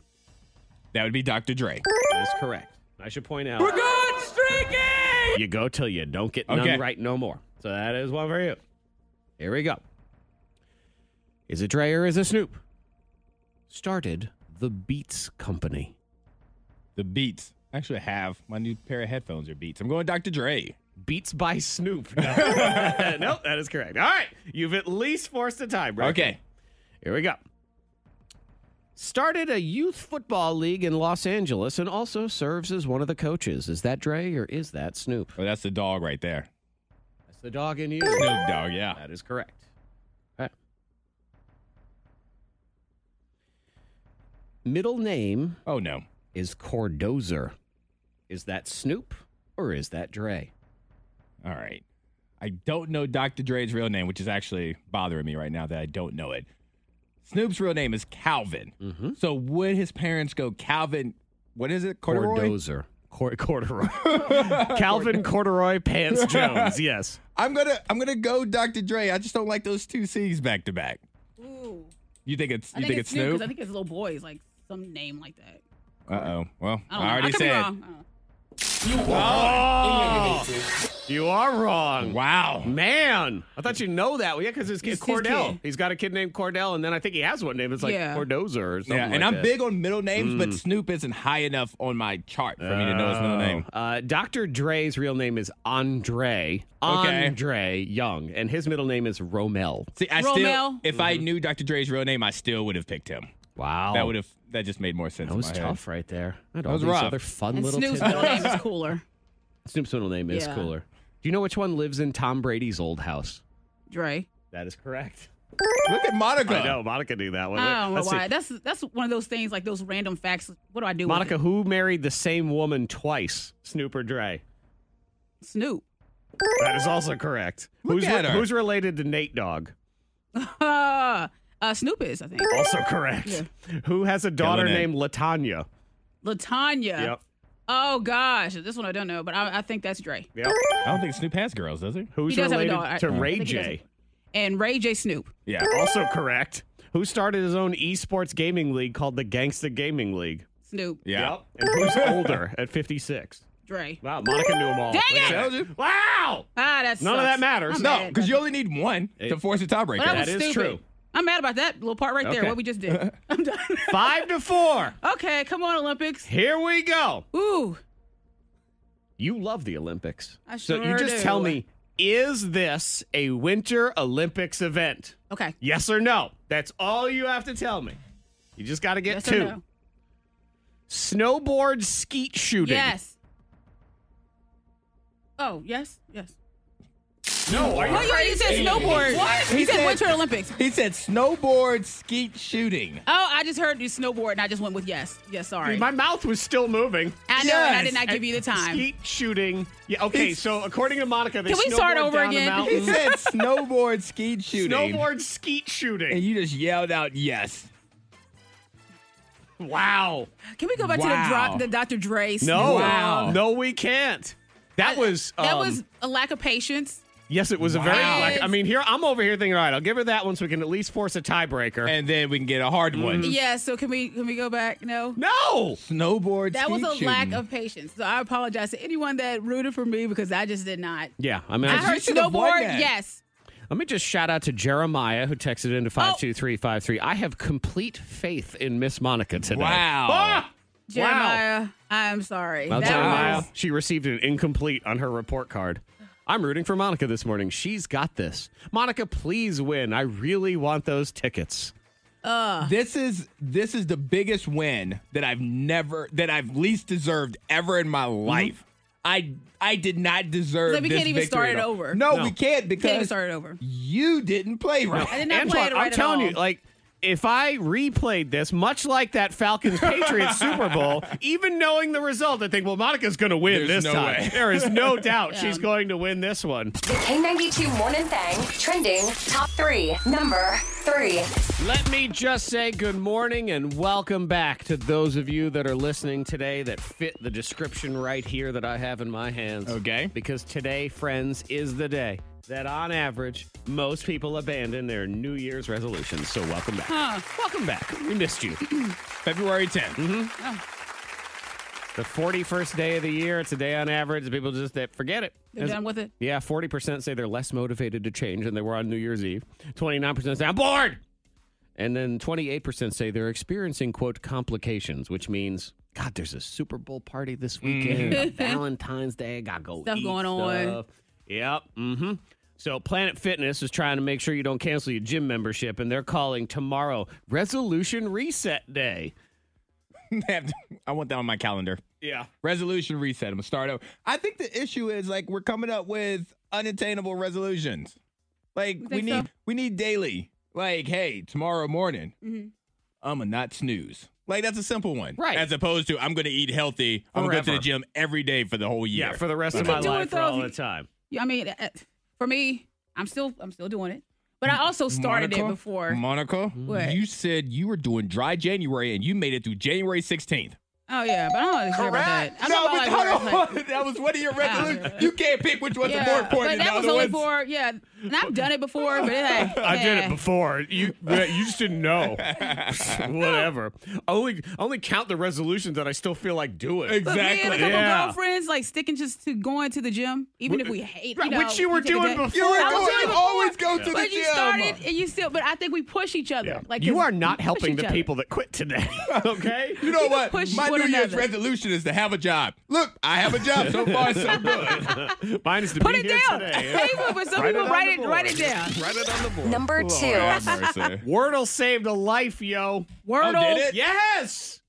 That would be Dr. Dre.
That is correct. I should point out.
Good streaking!
You go till you don't get
Okay.
none right no more. So that is one for you. Here we go. Is it Dre or is it Snoop? Started the Beats Company.
The Beats. I actually have my new pair of headphones are Beats. I'm going Dr. Dre.
Beats by Snoop. No. nope, that is correct. All right. You've at least forced a time, right?
Okay.
Here we go. Started a youth football league in Los Angeles and also serves as one of the coaches. Is that Dre or is that Snoop?
Oh, that's the dog right there.
That's the dog in you.
Snoop Dogg, yeah.
That is correct. Ah. All right. Middle name
Oh, no.
is Cordozer. Is that Snoop or is that Dre?
All right. I don't know Dr. Dre's real name, which is actually bothering me right now that I don't know it. Snoop's real name is Calvin. So would his parents go Calvin? What is it? Corduroy?
Cordozer. Cor- corduroy. Calvin Corduroy Pants Jones. Yes.
I'm gonna I'm gonna go Dr. Dre. I just don't like those two C's back to back.
Ooh.
You think it's
I
you think, it's Snoop?
'cause I think it's little boys, like some name like that.
Uh oh. Well,
I don't
I
know.
already
I could be
said.
wrong. I don't know.
You are wrong.
Oh! Wow.
Man, I thought you know that. Well, yeah, because his kid
It's his
Cordell.
kid.
He's got a kid named Cordell, and then I think he has one name. It's like
Yeah.
Cordozer or something.
Yeah, and
like
I'm
that. Mm.
big on middle names, but Snoop isn't high enough on my chart for me to know his middle name.
Uh, Dr. Dre's real name is Andre.
Okay.
Andre Young, and his middle name is Romel.
See, I still,
Romeo.
if
Mm-hmm.
I knew Dr. Dre's real name, I still would have picked him.
Wow.
That would have, that just made more sense.
Oh. That
in
was
my head.
tough right there. I had all
was
these
rough.
other fun
And
little
Snoop's
tidbits.
middle name is cooler.
Snoop's middle name is
Yeah.
cooler. Do you know which one lives in Tom Brady's old house?
Dre.
That is correct.
Look at Monica.
I know Monica knew that one.
I don't know
Let's see.
why. That's that's one of those things like those random facts. What do I do?
Monica,
with
who married the same woman twice, Snoop or Dre?
it? Snoop.
That is also correct.
Look
who's
at her.
who's related to Nate Dogg?
Uh, uh, Snoop is I think.
Also correct. Who has a daughter
Killing it.
named Latanya?
Latanya.
Yep.
Oh gosh, this one I don't know, but I, I think that's Dre
Yep.
I don't think Snoop has girls, does he?
Who's
He does have a
related
daughter.
to
I- I
Ray
think he does
J?
and Ray J. Snoop.
Yeah.
Also correct. Who started his own esports gaming league called the Gangsta Gaming League?
Snoop.
Yeah.
And who's older at 56?
Dre.
Wow, Monica knew them all.
Dang
Look at
it!
that.
Told you.
Wow!
Ah, that's
None of that matters.
No, because you only need one to
It-
force a tiebreaker.
But that
That
was
is
stupid.
true.
I'm mad about that little part right there.
Okay.
What we just did. I'm done.
Five to four.
okay, come on Olympics.
Here we go.
Ooh,
You love the Olympics.
I
so you
sure
just
do.
tell me, is this a Winter Olympics event?
okay.
Yes or no? That's all you have to tell me. You just got to get
Yes or
two.
no?
Snowboard skeet shooting.
Yes. Oh yes, yes.
No, are you
Wait, wait, you said snowboard. What? You
He
said
said-
Winter Olympics.
He said snowboard, skeet shooting.
Oh, I just heard you snowboard, and I just went with yes. Yes, sorry.
My mouth was still moving.
I know, and I
Yes.
did not give you the time.
Skeet shooting. Yeah, okay,
It's-
so according to Monica, they
Can we start
snowboard
over
down the
again?
mountain.
He said snowboard, skeet shooting.
Snowboard skeet shooting.
And you just yelled out yes.
Wow.
Can we go back
Wow.
to the, drop, the Dr. Dre?
No.
snoop?
Wow.
No, we can't. That was um,
that was a lack of patience.
Yes, it was a very.
Wow.
Like, I mean, here I'm over here thinking, all right, I'll give her that one so we can at least force a tiebreaker.
And then we can get a hard
Mm.
one.
Yeah. So can we can we go back? No.
no,
Snowboard,
That was
skeet
a
shooting.
lack of patience. So I apologize to anyone that rooted for me because I just did not.
yeah, I mean,
I
I
heard
should have won
snowboard.
that.
Yes.
let me just shout out to Jeremiah who texted
Oh.
into five two three five three. I have complete faith in Miss Monica today.
Wow.
Ah!
Jeremiah, I'm sorry.
I'll
That
tell you
was-
now, she received an incomplete on her report card. I'm rooting for Monica this morning. She's got this. Monica, please win. I really want those tickets.
This is this is the biggest win that I've never that I've least deserved ever in my life. I I did not deserve.
So Mm-hmm. we
this
can't even
victory
start
at
it
all.
over.
No,
No.
we can't
Can't even
because
start it over.
you didn't play right.
I did not play it right
I'm
at
telling
all.
you, like if I replayed this, much like that Falcons Patriots Super Bowl, even knowing the result, I think, well, Monica's going to win this
There's no
time.
way.
There is no doubt
Yeah.
she's going to win this one.
The K92 Morning Thang trending top three. Number three.
Let me just say good morning and welcome back to those of you that are listening today that fit the description right here that I have in my hands.
Okay.
Because today, friends, is the day that on average, most people abandon their New Year's resolutions. So welcome back.
Huh.
Welcome back. We missed you.
February 10th.
The 41st day of the year, it's a day on average. People just that forget it.
They're done with it.
Yeah, 40% say they're less motivated to change than they were on New Year's Eve. 29% say, I'm bored. And then 28% say they're experiencing, quote, complications, which means, God, there's a Super Bowl party this weekend, a Valentine's Day, got to go
Stuff
eat
going on.
stuff." Yep. Mm-hmm. So Planet Fitness is trying to make sure you don't cancel your gym membership, and they're calling tomorrow Resolution Reset Day.
I want that on my calendar.
Yeah.
Resolution reset. I'm gonna start over. I think the issue is like we're coming up with unattainable resolutions. Like we
think
need
so?
we need daily. Like, hey, tomorrow morning,
Mm-hmm.
I'ma not snooze. Like that's a simple one.
Right.
As opposed to I'm gonna eat healthy. I'm gonna go to the
Forever.
gym every day for the whole year.
Yeah, for the rest of
You
my
could do it,
life, for
though,
all
if
the
you-
time.
Yeah, I mean, uh, for me, I'm still I'm still doing it, but I also started
Monica,
it before.
Monica,
What?
you said you were doing dry January and you made it through January 16th.
oh yeah, but I don't really care about that. I
No,
don't
but
like
hold
where it's like-
on. That was one of your resolutions. You can't pick which one's
Yeah,
the more important than
but that
the
was
other
only
ones.
for yeah, and I've done it before, but it, like,
I did
yeah.
it before. You you just didn't know. Whatever. Only only count the resolutions that I still feel like doing.
But me and a
Exactly.
couple
Yeah.
girlfriends like sticking just to going to the gym, even if we hate, you know,
Which you were
we take a
doing
day-
before.
You were
I was
going-
doing it before,
always go to the
But you
gym.
started and you still. But I think we push each other. Like
you
'cause
are not
we push
helping
each
the
other.
people that quit today. Okay.
You know
You can
what?
push
My
one
New Year's
another.
resolution is to have a job. Look, I have a job. So far, so good.
Mine is to
Put
be
it
here
down.
today.
People, but some people
on
write
the
it,
board.
write it down.
Write it on the board.
Number two.
Wordle saved a life, yo.
Wordle.
did it?
Yes.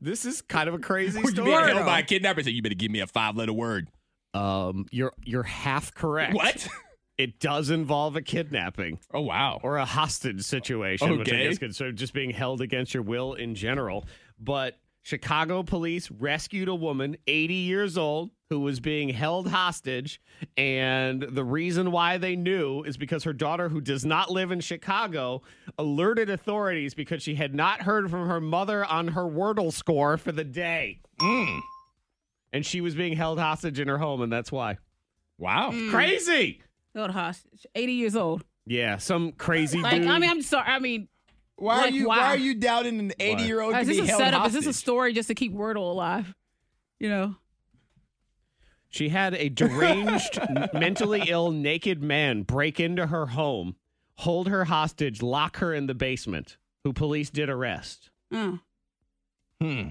This is kind of a crazy
You're being held by
story.
a kidnapper. So you better give me a five-letter word.
Um, you're you're half correct.
What?
It does involve a kidnapping.
Oh wow.
or a hostage situation, which I
Okay.
guess could so just being held against your will in general. But Chicago police rescued a woman, 80 years old, who was being held hostage, and the reason why they knew is because her daughter, who does not live in Chicago, alerted authorities because she had not heard from her mother on her Wordle score for the day. And she was being held hostage in her home, and that's why.
Wow.
Mm,
Crazy.
Held hostage. 80 years old.
Yeah, some crazy
Like,
dude.
I mean, I'm sorry. I mean,
Why are
Like,
you?
wow.
Why are you doubting an eighty-year-old to
is this
be
a
held
setup?
hostage?
Is this a story just to keep Wordle alive? You know?
She had a deranged, n- mentally ill, naked man break into her home, hold her hostage, lock her in the basement, who police did arrest.
Uh,
Hmm.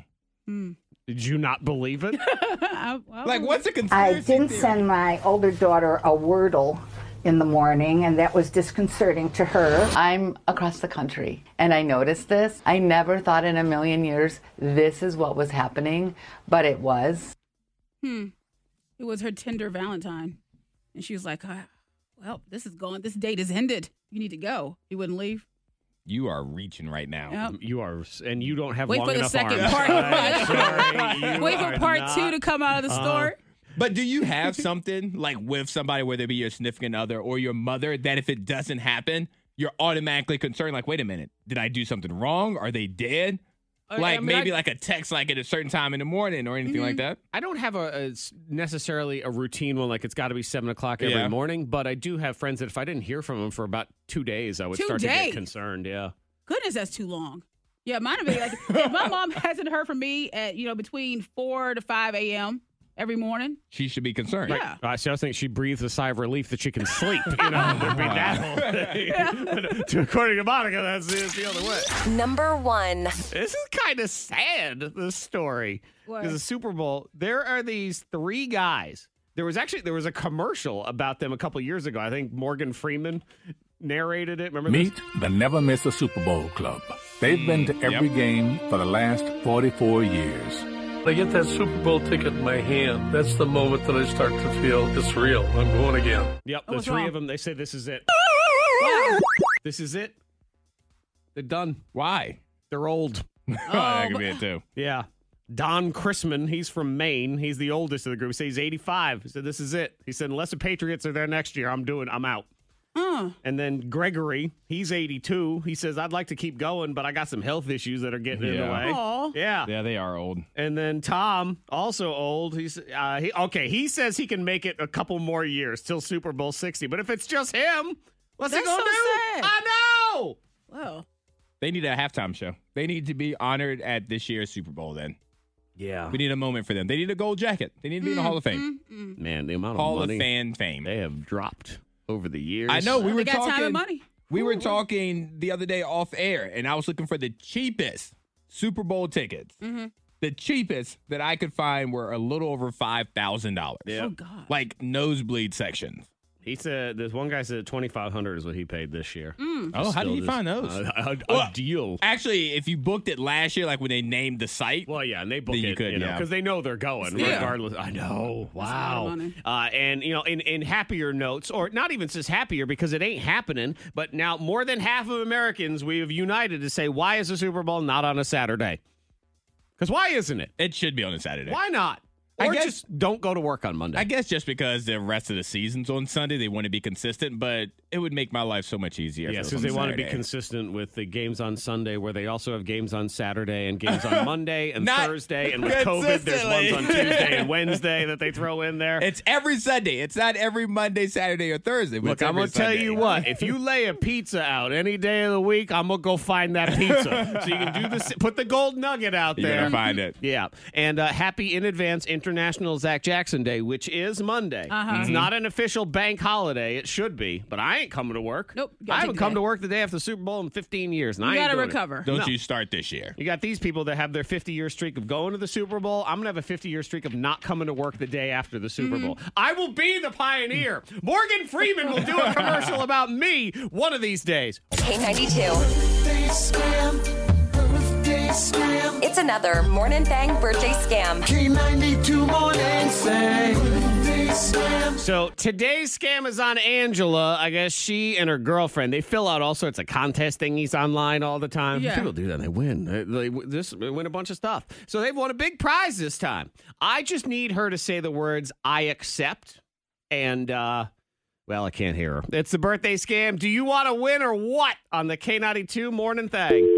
Did you not believe it?
I- I-
Like, what's a conspiracy?
I didn't
theory?
send my older daughter a Wordle in the morning, and that was disconcerting to her.
I'm across the country and I noticed this. I never thought in a million years this is what was happening, but it was.
It was her Tinder Valentine. And she was like, "Ah, well, this is gone. This date is ended. You need to go. He wouldn't leave.
You are reaching right now.
Yep.
you are, and you don't have
Wait
long
for the
enough
second
arms.
part.
I'm sorry, you
Wait for
are
part
not- Uh-huh.
two to come out of the story.
But do you have something like with somebody, whether it be your significant other or your mother, that if it doesn't happen, you're automatically concerned? Like, wait a minute, did I do something wrong? Are they dead?
I- I
like
mean,
maybe
I- Mm-hmm.
like a text, like at a certain time in the morning or anything like that.
I don't have a, a s- necessarily a routine one like it's got to be seven o'clock every
Yeah.
morning, but I do have friends that if I didn't hear from them for about two days, I would
Two
start to get
days?
concerned. Yeah,
Goodness, that's too long. Yeah, mine would be like, if my mom hasn't heard from me at, you know, between 4 to 5 a.m. every morning,
She should be concerned.
yeah.
Uh, so I think she breathes a sigh of relief that she can sleep. You know, there'd be that whole thing. But uh, to- according to Monica, that's the, it's the other way.
Number one.
This is kind of sad. This story
What?
because the Super Bowl. There are these three guys. There was actually there was a commercial about them a couple years ago. I think Morgan Freeman narrated it. Remember this?
Meet the Never Miss a Super Bowl Club. They've been
Mm,
to every game for the last 44 years.
I get that Super Bowl ticket in my hand. That's the moment that I start to feel it's real. I'm going again.
Yep,
Oh,
the
what's
three
wrong?
of them. They said this is it. This is it. They're done.
Why?
They're old.
Um,
that could be it too.
Yeah. Don Chrisman, he's from Maine. He's the oldest of the group. He said he's 85. He said, This is it. He said, Unless the Patriots are there next year, I'm doing, I'm out.
Mm.
And then Gregory, he's 82. He says, I'd like to keep going, but I got some health issues that are getting in the
Yeah.
way.
Aw.
Yeah.
Yeah, they are old.
And then Tom, also old, he's uh, he okay. He says he can make it a couple more years till Super Bowl sixty. But if it's just him, what's he
That's
gonna
so
do?
sad.
I know.
Well,
They need a halftime show. They need to be honored at this year's Super Bowl. Then
Yeah,
we need a moment for them. They need a gold jacket. They need to be in
Mm-hmm.
the Hall of Fame.
man, the amount
Hall
of
of
money
Fan fame.
they have dropped over the years.
I know we
they
were
got
talking.
time and money.
We were talking the other day off air, and I was looking for the cheapest Super Bowl tickets.
Mm-hmm.
The cheapest that I could find were a little over five thousand dollars.
Oh God.
Like nosebleed sections.
He said this one guy said twenty five hundred is what he paid this year.
Oh, how
Still
did you
just-
find those?
A, a- a
Well,
deal.
Actually, if you booked it last year, like when they named the site,
Well, yeah, and they book
Then you
it,
could,
you know,
yeah.
because they know they're going
Yeah.
regardless. I know.
lot
Wow.
of money.
Uh, and you know, in in happier notes, or not even just happier because it ain't happening. But now more than half of Americans we have united to say, why is the Super Bowl not on a Saturday? Because why isn't it?
it should be on a Saturday.
Why not? Or
I guess-
just don't go to work on Monday.
I guess just because the rest of the season's on Sunday, they want to be consistent, but it would make my life so much easier. if
Yes,
it
because
was
they
on
want to be
Saturday.
consistent with the games on Sunday, where they also have games on Saturday and games on Monday and
Not
Thursday. And with COVID, there's ones on
consistently.
Tuesday and Wednesday that they throw in there.
It's every Sunday. It's not every Monday, Saturday, or Thursday. but
Look,
it's
I'm
every
gonna tell
Sunday.
you what. If you lay a pizza out any day of the week, I'm gonna go find that pizza. so you can do this. Put the gold nugget out
You're
there.
gonna find it.
Yeah, and uh, happy in advance International Zach Jackson Day, which is Monday.
Uh-huh.
It's
Mm-hmm.
not an official bank holiday. It should be, but I ain't coming to work.
Nope, you gotta
I
take
haven't
the
come
day.
to work the day after the Super Bowl in 15 years. And I
You
ain't
gotta
doing it.
recover.
Don't
No.
you start this year?
You got these people that have their 50 year streak of going to the Super Bowl. I'm going to have a 50 year streak of not coming to work the day after the Super Bowl. I will be the pioneer. Morgan Freeman will do a commercial about me one of these days.
K92. It's another Morning Thang birthday scam.
So today's scam is on Angela. I guess she and her girlfriend, they fill out all sorts of contest thingies online all the time.
Yeah.
People do that and they win. They, they, this, they win a bunch of stuff. So they've won a big prize this time. I just need her to say the words, I accept. And, uh, well, I can't hear her. It's the birthday scam. Do you want to win or what on the K92 morning thing?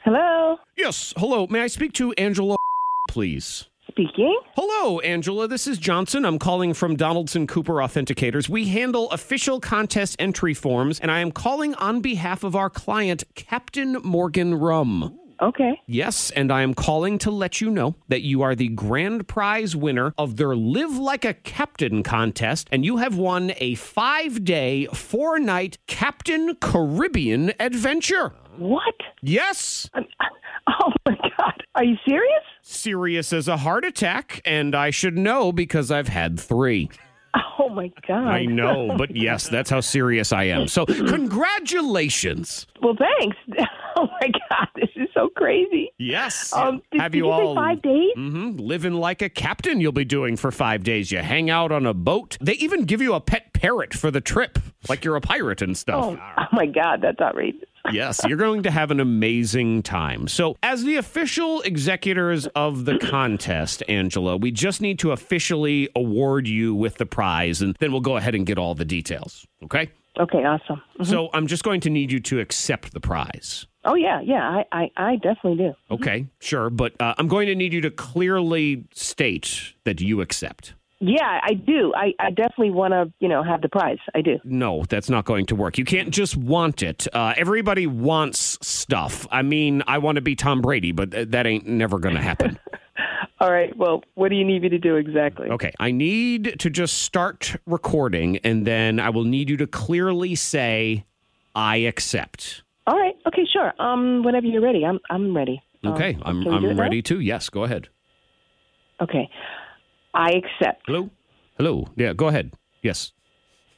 Hello.
Yes. Hello. May I speak to Angela, please?
Speaking.
Hello, Angela. This is Johnson. I'm calling from Donaldson Cooper Authenticators. We handle official contest entry forms, and I am calling on behalf of our client, Captain Morgan Rum.
Okay.
Yes, and I am calling to let you know that you are the grand prize winner of their Live Like a Captain contest, and you have won a five day, four night Captain Caribbean adventure.
What?
Yes.
I'm, oh my God. Are you serious?
Serious as a heart attack, and I should know because I've had three.
Oh my God.
I know, but yes, that's how serious I am. So, congratulations.
Well, thanks. Oh my God. This is so crazy.
Yes.
Um, did,
Have
did
you
you say
all
five days?
Mhm, living like a captain? You'll be doing for five days. You hang out on a boat. They even give you a pet parrot for the trip, like you're a pirate and stuff.
Oh, oh my God. That's outrageous.
Yes, you're going to have an amazing time. So, as the official executors of the contest, Angela, we just need to officially award you with the prize, and then we'll go ahead and get all the details. Okay.
Okay. Awesome.
So, I'm just going to need you to accept the prize.
Oh yeah. Yeah. I, I, I definitely do.
Okay, sure, but uh, I'm going to need you to clearly state that you accept.
Yeah, I do. I, I definitely want to, you know, have the prize. I do.
No, that's not going to work. You can't just want it. Uh, everybody wants stuff. I mean, I want to be Tom Brady, but th- that ain't never going to happen.
All right. Well, what do you need me to do exactly?
okay, I need to just start recording, and then I will need you to clearly say, I accept.
All right. Okay. Sure. Um, whenever you're ready, I'm, I'm ready. Um,
Okay, I'm,
can we do it
I'm
now?
ready to. Yes, go ahead.
Okay. I accept.
Hello? Hello? Yeah, go ahead. Yes.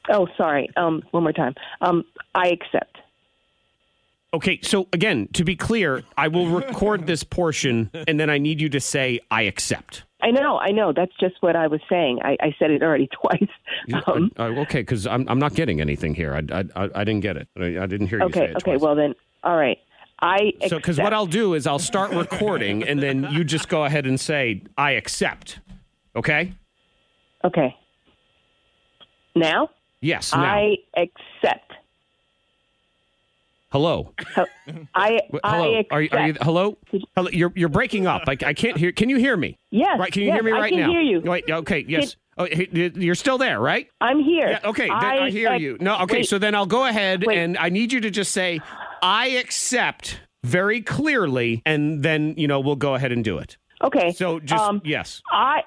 Oh, sorry. Um, one more time. Um, I accept.
Okay, so again, to be clear, I will record this portion and then I need you to say, I accept.
I know, I know. That's just what I was saying. I, I said it already twice. Um,
Uh, okay, because I'm, I'm not getting anything here. I, I, I- I didn't get it. I, I didn't hear you say
okay,
it.
okay. Well then, all right. I
So, because what I'll do is I'll start recording and then you just go ahead and say, I accept. Okay?
Okay. Now?
Yes. Now.
I accept.
Hello.
I
Wh-
I
Hello.
accept.
Are you, are you? Hello. Hello. You're you're breaking up. I, I can't hear. Can you hear me?
Yes,
Right. Can you
yes,
hear me
I
right
can
now?
hear you.
Wait. Okay. Yes. Oh, hey, y- you're still there, right?
I'm here.
Yeah, okay. then I,
I
hear
ac-
you. No. Okay.
wait.
So then I'll go ahead
Wait.
and I need you to just say I accept very clearly, and then you know we'll go ahead and do it.
Okay.
So just
um,
yes.
I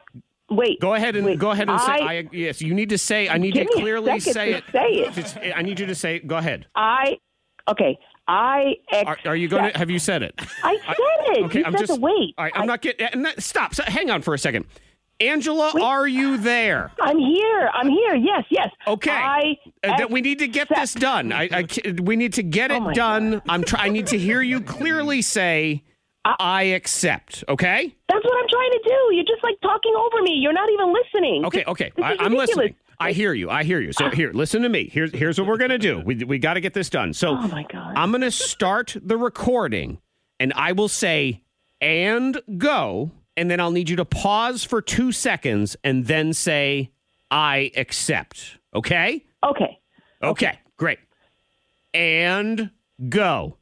wait.
Go ahead and
wait,
go ahead and say
I-
I yes. You need to say I need
Give
to
me a
clearly
second
say
to
it.
say it.
Just- I need you to say. Go ahead.
I okay. I accept.
Are, are you going to? Have you said it?
I said it.
Okay,
you
I'm
said
just
to wait.
All right, I'm not getting. And that, stop. So, hang on for a second. Angela, are you there?
I'm here. I'm here. Yes. Yes.
Okay.
I
Uh, that we need to get this done. I, I ca- we need to get it
Oh my
done. I'm try, I need to hear you clearly say, "I accept." Okay.
That's what I'm trying to do. You're just like talking over me. You're not even listening.
Okay.
This-
Okay.
this
I,
is
I'm
ridiculous. Ah.
listening. I hear you. I hear you. So here, listen to me. Here's here's what we're gonna do. We we got to get this done. So
Oh my god.
I'm going to start the recording and I will say and go. And then I'll need you to pause for two seconds and then say, I accept. Okay?
Okay.
Okay. Great. And go.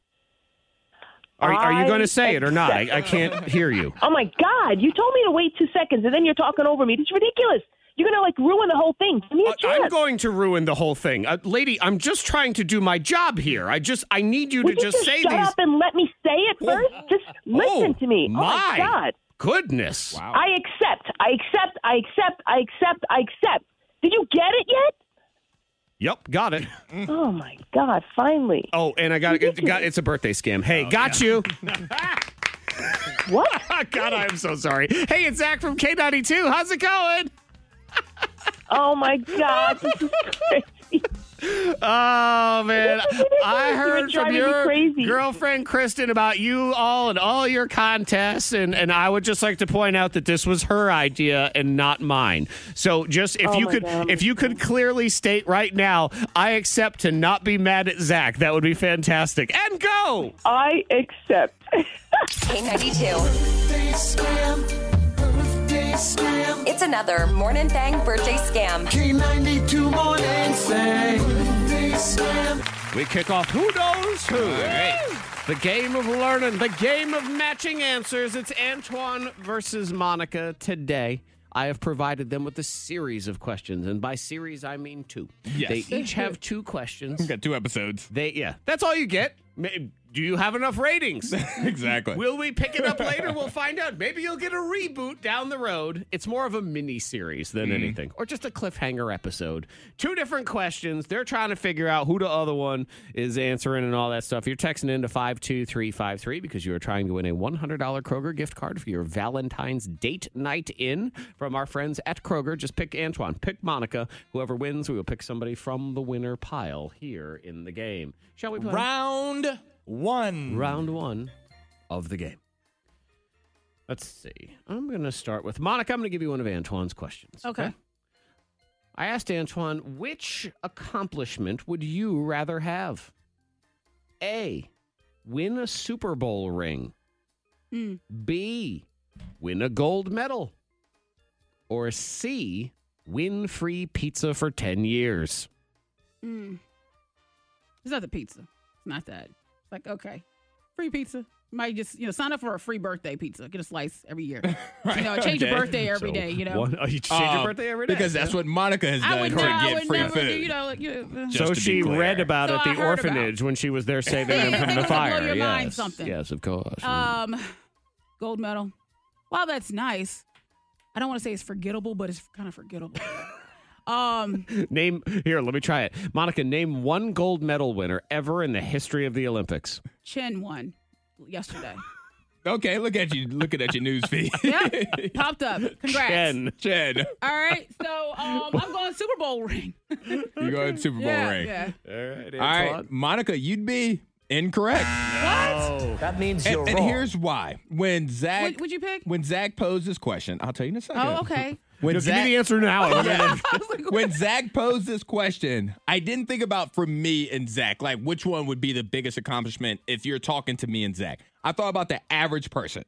Are, are you
I
going to say it or not? I, I can't hear you.
Oh my god. You told me to wait two seconds, and then you're talking over me. This is ridiculous. You're gonna like ruin the whole thing. Give me a chance.
Uh, I'm going to ruin the whole thing. Uh, lady, I'm just trying to do my job here. I just, I need you to
Would you
just,
just
say
shut
these.
up and let me say it first? Just
Oh,
listen to me. Oh my god.
Goodness. Wow.
I accept. I accept. I accept. I accept. I accept. Did you get it yet?
Yep, got it.
Oh my god, finally.
Oh, and I got, it, got it's a birthday scam. Hey, got you.
What?
God, I'm so sorry. Hey, it's Zach from K92. How's it going?
Oh my god. This is crazy.
Oh man,
This is ridiculous.
I
You were
heard from
driving me
your
crazy.
girlfriend Kristen about you all and all your contests, and and I would just like to point out that this was her idea and not mine. So just if
Oh,
you
my
could
God.
if you could clearly state right now, I accept to not be mad at Zach. That would be fantastic. And go.
I accept.
K92. It's another Morning Thang birthday scam. K92 Morning
We kick off Who Knows Who? The game of learning, the game of matching answers. It's Antoine versus Monica today. I have provided them with a series of questions, and by series, I mean two.
Yes.
They each have two questions.
We've got two episodes.
They, yeah, that's all you get. Ma- Do you have enough ratings?
exactly.
Will we pick it up later? We'll find out. Maybe you'll get a reboot down the road. It's more of a mini series than anything, or just a cliffhanger episode. Two different questions. They're trying to figure out who the other one is answering and all that stuff. You're texting into 52353 because you are trying to win a $100 Kroger gift card for your Valentine's date night in from our friends at Kroger. Just pick Antoine, pick Monica. Whoever wins, we will pick somebody from the winner pile here in the game. Shall we play?
Round
Mm.
one.
round one of the game. Let's see. I'm going to start with Monica. I'm going to give you one of Antoine's questions.
Okay.
I asked Antoine, which accomplishment would you rather have? A. Win a Super Bowl ring.
Mm.
B. Win a gold medal. Or C. Win free pizza for 10 years.
Mm. It's not the pizza. It's not that. It's like, okay, free pizza. Might just, you know, sign up for a free birthday pizza. Get a slice every year. You know, change your
okay.
birthday every day. you know.
One, oh, you change
Uh,
your birthday every day.
Because that's what Monica has
I
done
would,
to
no, I
get
would
free
never
food.
do, you know, like, you know,
Just
so
to be
she
clear.
read about
So
it
I
the
heard
orphanage when she was there saving them from the
It'll blow
fire.
your
yes.
mind something.
yes, of course.
Um, gold medal. Wow, that's nice. I don't want to say it's forgettable, but it's kind of forgettable. um,
name here. Let me try it. Monica, name one gold medal winner ever in the history of the Olympics.
Chen won yesterday.
Okay, look at you looking at your news feed.
Yeah, popped up. Congrats.
Chen.
Chad,
All right, so um, I'm going Super Bowl ring.
you going Super Bowl
yeah,
ring.
yeah.
All right,
All right, Monica, you'd be Incorrect.
What?
That means
you're
and
wrong.
here's why. When Zach,
Would- would you pick?
When Zach posed this question, I'll tell you in a second.
Oh, okay.
When
No, give me the answer now. I
when Zach posed this question, I didn't think about for me and Zach, like which one would be the biggest accomplishment if you're talking to me and Zach. I thought about the average person.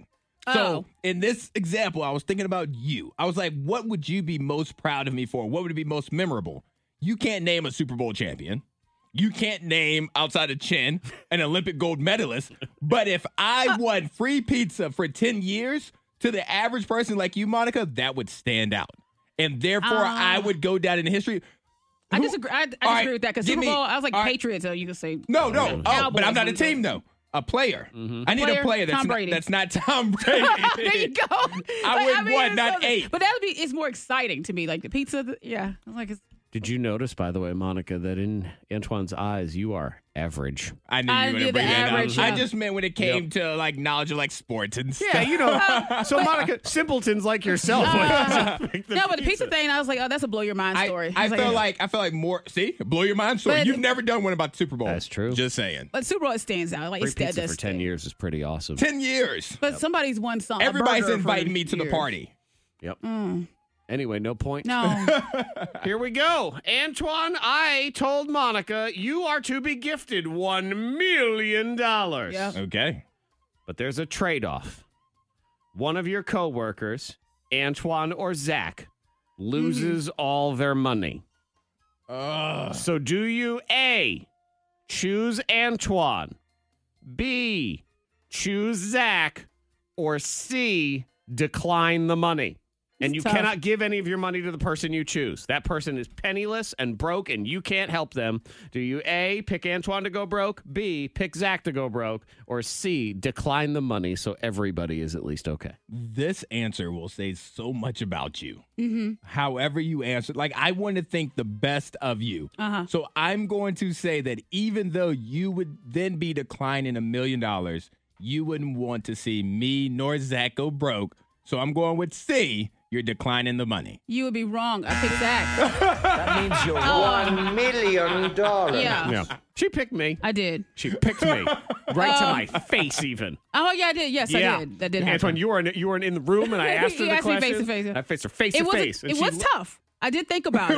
Oh.
So in this example, I was thinking about you. I was like, what would you be most proud of me for? What would be most memorable? You can't name a Super Bowl champion. You can't name outside of Chin an Olympic gold medalist. But if I won free pizza for 10 years to the average person like you, Monica, that would stand out. And therefore,
Ah.
I would go down in history.
I
Who-
disagree. I, I disagree
All right,
with that because
give
Super
me-
Bowl. I was like
all right.
Patriots, so you can say
No, no. Oh, Mm-hmm. but I'm not a
Cowboys.
team, though. A player. I need
Player,
a player that's,
Tom
not,
Brady.
that's not Tom Brady.
there you go.
I win one,
it's
not
something-
eight.
But that would be it's more exciting to me. Like the pizza, the, yeah. I'm like, it's,
Did you notice, by the way, Monica, that in Antoine's eyes, you are average?
I knew you
I
were going to
did the
bring that
average,
up. I
yeah.
just meant when it came to like knowledge of like sports and stuff.
Yeah, you know. So, Monica, simpletons like yourself.
Uh,
would pick the
no, but the pizza thing, I was like, oh, that's a blow your mind story.
I
was
feel like I feel like more. See, blow your mind story.
But-
You've never done one about the Super Bowl. That's true. Just saying.
but Super Bowl it stands out. Like
Free
it's that
pizza
does.
for 10 years is pretty awesome.
Ten years.
But somebody's won something.
Everybody's inviting me to the party.
Yep. Anyway, no point.
No.
Here we go. Antoine, I told Monica you are to be gifted $1 million.
Yeah.
Okay.
But there's a trade off. One of your coworkers, Antoine or Zach, loses all their money. So do you A, choose Antoine, B, choose Zach, or C, decline the money? And you
tough.
cannot give any of your money to the person you choose. That person is penniless and broke, and you can't help them. Do you A, pick Antoine to go broke, B, pick Zach to go broke, or C, decline the money so everybody is at least okay?
This answer will say so much about you.
Mm-hmm.
However you answer, like I want to think the best of you.
Uh-huh.
So I'm going to say that even though you would then be declining a million dollars, you wouldn't want to see me nor Zach go broke. So I'm going with C. You're declining the money.
You would be wrong. I picked that.
That means you're
Oh.
one million dollars.
Yeah.
She picked me.
I did.
She picked me right
Um,
to my face, even.
Oh yeah, I did. Yes,
yeah.
I did. That did
And
happen.
Antoine, you weren't you weren't in the room, and I asked her
You
the
asked me face
question.
to face, yeah.
I faced her face
it
to
was,
face. and
It
she
was
lo-
tough. I did think about it.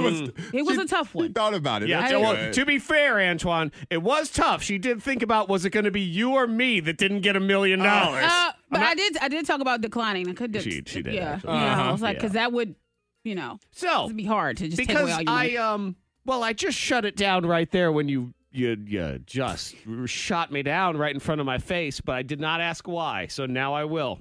It was, a tough one.
Thought about it.
Yeah,
That's
well,
good.
to be fair, Antoine, it was tough. She did think about was it going to be you or me that didn't get a million dollars.
Uh, but I did. I did talk about declining. I could.
She- she did,
Yeah.
actually.
You know, I
Uh-huh.
was like, because that would, you know,
So
it'd be hard to just take away
because
all your
I
money.
um well I just shut it down right there when you you you just shot me down right in front of my face, but I did not ask why, so now I will.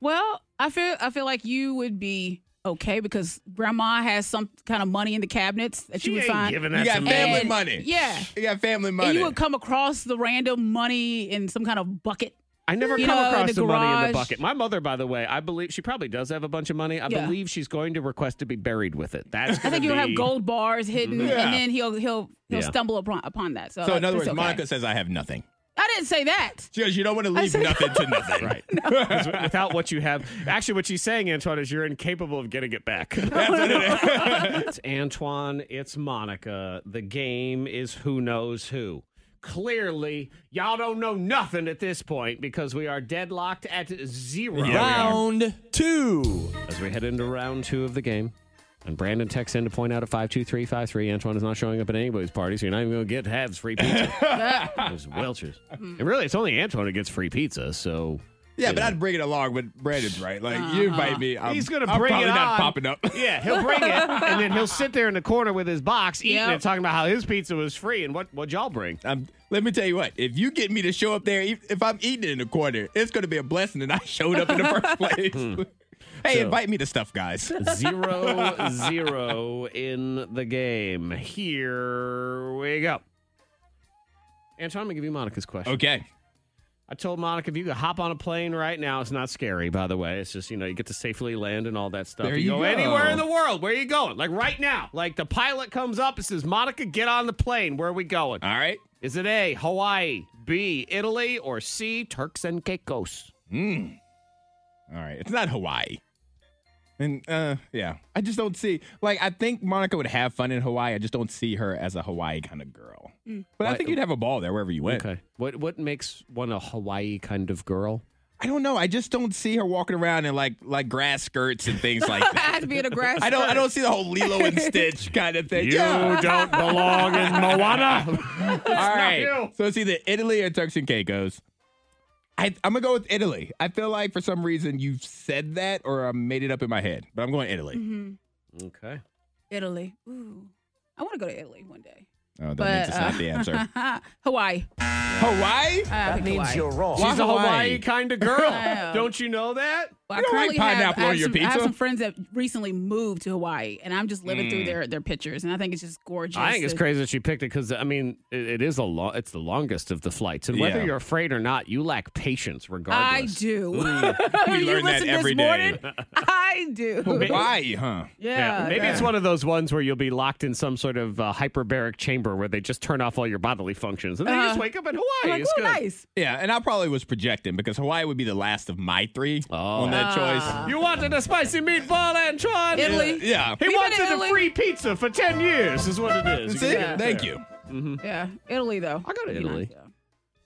well, I feel. I feel like you would be okay because grandma has some kind of money in the cabinets that
She
you would
ain't
find.
giving
You
that
got
to me.
family
And-
money.
Yeah.
You got family money.
And you would come across the random money in some kind of bucket.
I never
you
come
know, in
across
the
the, money in the
garage.
bucket. My mother, by the way, I believe she probably does have a bunch of money. I
Yeah.
believe she's going to request to be buried with it. That's
I
gonna
think you'll
be- Mm-hmm.
have gold bars hidden,
Yeah.
and then he'll he'll
Yeah.
he'll stumble upon upon that. So,
so in
uh,
other
it's
words,
okay.
Monica says I have nothing.
I didn't say that.
Because you don't want to
I
leave
said-
nothing to nothing.
Right. 'Cause Without what you have, actually, what she's saying, Antoine, is you're incapable of getting it back. it's Antoine. It's Monica. The game is who knows who. Clearly, y'all don't know nothing at this point because we are deadlocked at zero.
round two.
As we head into round two of the game, and Brandon texts in to point out at 52353, Antoine is not showing up at anybody's party, so you're not even going to get Habs free pizza. it was Welch's. And really, it's only Antoine who gets free pizza, so.
Yeah, but
Yeah.
I'd bring it along with Brandon's right. Like you invite me, I'm,
Uh-huh. He's gonna
I'm
bring
probably
it
not
on.
popping up.
Yeah, he'll bring it, and then he'll sit there in the corner with his box eating
Yep.
it, talking about how his pizza was free and what what y'all bring.
I'm, let me tell you what. If you get me to show up there, if if I'm eating in the corner, it's gonna be a blessing that I showed up in the first place. hey,
Hmm. So-
invite me to stuff, guys.
Zero zero in the game. Here we go. Antoine, I'm gonna give you Monica's question.
Okay.
I told Monica if you could hop on a plane right now, it's not scary, by the way. It's just, you know, you get to safely land and all that stuff.
There
you
you
go,
go.
anywhere in the world. Where are you going? Like right now. Like the pilot comes up and says, Monica, get on the plane. Where are we going?
All right.
Is it A, Hawaii, B, Italy, or C, Turks and Caicos?
Mm. All right. It's not Hawaii. And uh, yeah, I just don't see. Like, I think Monica would have fun in Hawaii. I just don't see her as a Hawaii kind of girl.
Mm.
But I think you'd have a ball there wherever you went.
Okay. What What makes one a Hawaii kind of girl?
I don't know. I just don't see her walking around in like like grass skirts and things like that.
I'd be in a grass.
I don't. I
skirt.
don't see the whole Lilo and Stitch kind of thing.
You don't belong in Moana.
All right. So it's either Italy or Turks and Caicos. I, I'm gonna go with Italy. I feel like for some reason you've said that or I made it up in my head, but I'm going Italy.
Mhm.
Okay.
Italy. Ooh, I want to go to Italy one day.
Oh, that means it's not the answer.
Hawaii.
Hawaii?
That means Hawaii. you're wrong.
She's a
Why Hawaii?
Hawaii kind of girl.
I know.
don't you know that?
Well, I
you don't
currently have, I have some, I have some friends that recently moved to Hawaii, and I'm just living through
Mm.
their, their pictures, and I think it's just gorgeous.
I think it's
The-
crazy that she picked it because I mean it, it is a lo- it's the longest of the flights, and whether
Yeah.
you're afraid or not, you lack patience regardless.
I do.
Mm. We
you
learn that
listen
every
this
day.
morning? I do.
Hawaii, huh?
Yeah.
maybe
yeah.
it's one of those ones where you'll be locked in some sort of uh, hyperbaric chamber where they just turn off all your bodily functions, and then you just wake up in Hawaii.
Uh-huh. I'm like,
It's
"Ooh,
good.
nice.
Yeah, and I probably was projecting because Hawaii would be the last of my three on that
Ah.
choice.
You wanted a spicy meatball, Antoine?
Italy.
Yeah.
He
We've
wants
been to
a
Italy.
free pizza for 10 years, is what it is.
See?
can get
Thank
there.
you.
Yeah, Italy though. I
go to Italy.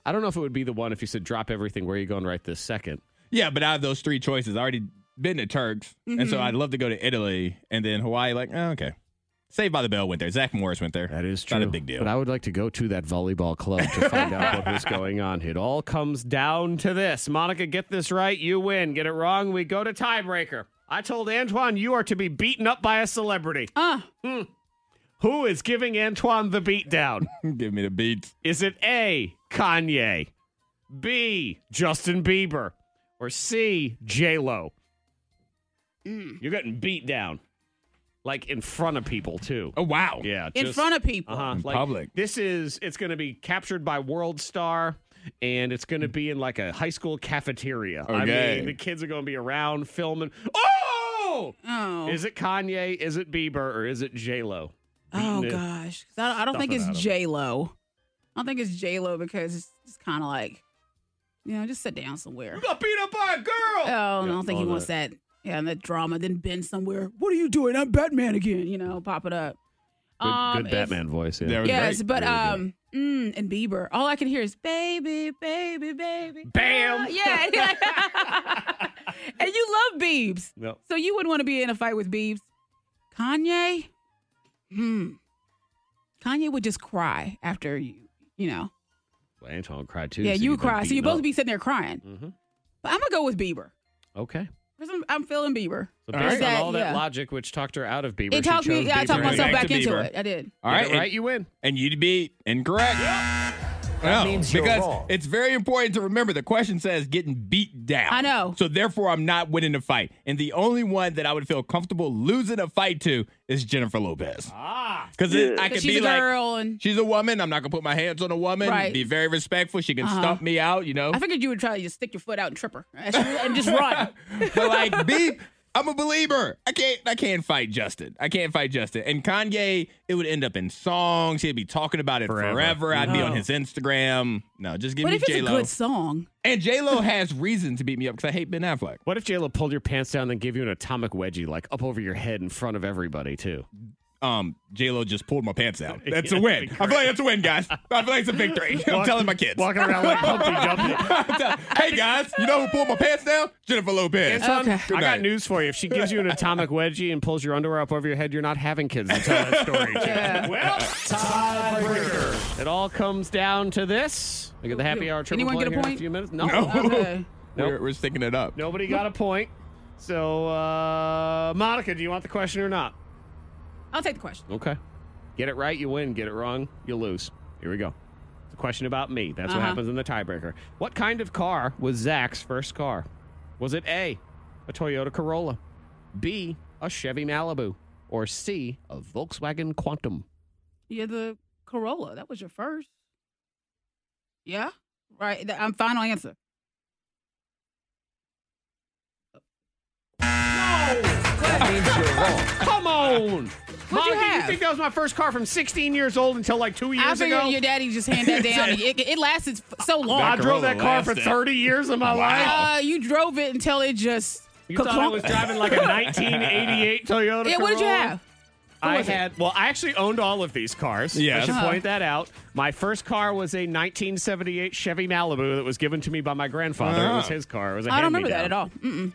I don't know if it would be the one if you said drop everything. Where are you going right this second?
Yeah, but out of those three choices, I already been to Turks, and so
Mm-hmm.
Mhm.
I'd love to go to Italy and then Hawaii. Like, oh, okay. Saved by the Bell went there. Zach Morris went there. That
is
true. Not a big deal.
But I would like to go to that volleyball club to find out what was going on. It all comes down to this. Monica, get this right, you win. Get it wrong, we go to tiebreaker. I told Antoine you are to be beaten up by a celebrity. Hmm.
Uh.
Who is giving Antoine the beatdown?
Give me the beat.
Is it A, Kanye, B, Justin Bieber, or C, J-Lo?
Mm.
You're getting beat down. Like in front of people, too.
Oh, wow.
Yeah.
In front of people.
Uh-huh.
In
Like,
public.
This is, it's going to be captured by World Star. And it's going to be in like a high school cafeteria. I
Okay.
mean, the kids are going to be around filming. Oh!
Oh.
Is it Kanye? Is it Bieber? Or is it J Lo?
Oh gosh, 'Cause I, I don't think
Stuff it out of
it's
'em.
J Lo. I don't think it's J Lo because it's, it's kind of like, you know, just sit down somewhere.
got beat up by a girl.
Oh, I don't think he wants that. Yeah, and that drama. Then bend somewhere. What are you doing? I'm Batman again. You know, pop it up.
Good, good
Uh, um, if-
Batman voice. Yeah.
Yes, but um, mm, and Bieber. All I can hear is baby, baby, baby.
Bam.
Oh, yeah. and you love Biebs,
Yep.
so you wouldn't want to be in a fight with Biebs. Kanye. Hmm. Kanye would just cry after you. You know.
Well, Anton cried too.
yeah,
so
you
you've
would
been
cry. So you
beaten
both
up.
be sitting there crying. But I'm gonna go with Bieber.
Okay.
'Cause I'm, I'm feeling Bieber.
So
Is
based on all that
yeah.
logic, which talked her out of Bieber,
It
she
talked me.
chose
Yeah, I
Bieber.
talked
Bieber.
myself
Back
back
to
into
Bieber.
it. I did.
All
Get
right,
it right, you win.
And you'd be incorrect.
That
No,
means you're
because
wrong.
it's very important to remember the question says getting beat down.
I know.
So therefore, I'm not winning the fight. And the only one that I would feel comfortable losing a fight to is Jennifer Lopez.
Ah,
because I could
she's
be
a
like,
girl and
she's a woman. I'm not gonna put my hands on a woman.
Right.
Be very respectful. She can
Uh-huh.
stomp me out. You know.
I figured you would try to just stick your foot out and trip her and she- and just run.
but like beep i'm a believer i can't i can't fight justin i can't fight justin and kanye it would end up in songs he'd be talking about it forever, i'd be on
No.
his instagram no just give
But
me
Oh. if it's
j-lo
a good song,
and j-lo has reason to beat me up because i hate ben affleck
What if J Lo pulled your pants down and then gave you an atomic wedgie, like up over your head in front of everybody too?
um j-lo just pulled my pants down that's
Yeah,
a
that'd
win
be
i feel like that's a win guys i feel like it's a victory i'm
Walk-
telling my kids
walking around like Humpty Dumpty.
I'm telling- hey guys you know who pulled my pants down jennifer lopez
Anton,
Good
I
night.
got news for you. If she gives you an atomic wedgie and pulls your underwear up over your head, you're not having kids. To tell that story. to. Well, tiebreaker. It all comes down to this. We get the happy hour triple
Anyone
play
get a
here in
point?
a few minutes.
no
Okay.
we're, we're sticking it up
Nobody got a point. So, uh, Monica, do you want the question or not?
I'll take the question.
Okay. Get it right, you win. Get it wrong, you lose. Here we go. It's a question about me. That's what
Uh-huh.
happens in the tiebreaker. What kind of car was Zach's first car? Was it A, a Toyota Corolla, B, a Chevy Malibu, or C, a Volkswagen Quantum?
Yeah, the Corolla. That was your first. Yeah, right. Th- I'm final answer.
That means you're wrong.
Come on! Monica, you,
have?
think that was my first car from 16 years old until like two years
I figured
ago?
your daddy just hand that down. and it, it lasted f- so long.
I drove that car for
lasted.
30 years of my life.
Uh, you drove it until it just
You thought I was driving like a 1988 Toyota.
Yeah, what did you
Corolla?
have? What
I
was it?
had well, I actually owned all of these cars.
Yes.
I should
Uh-huh.
point that out. My first car was a 1978 Chevy Malibu that was given to me by my grandfather. It was
Oh.
his car. It was a
I don't remember that
hand-me-down.
at all. Mm-mm.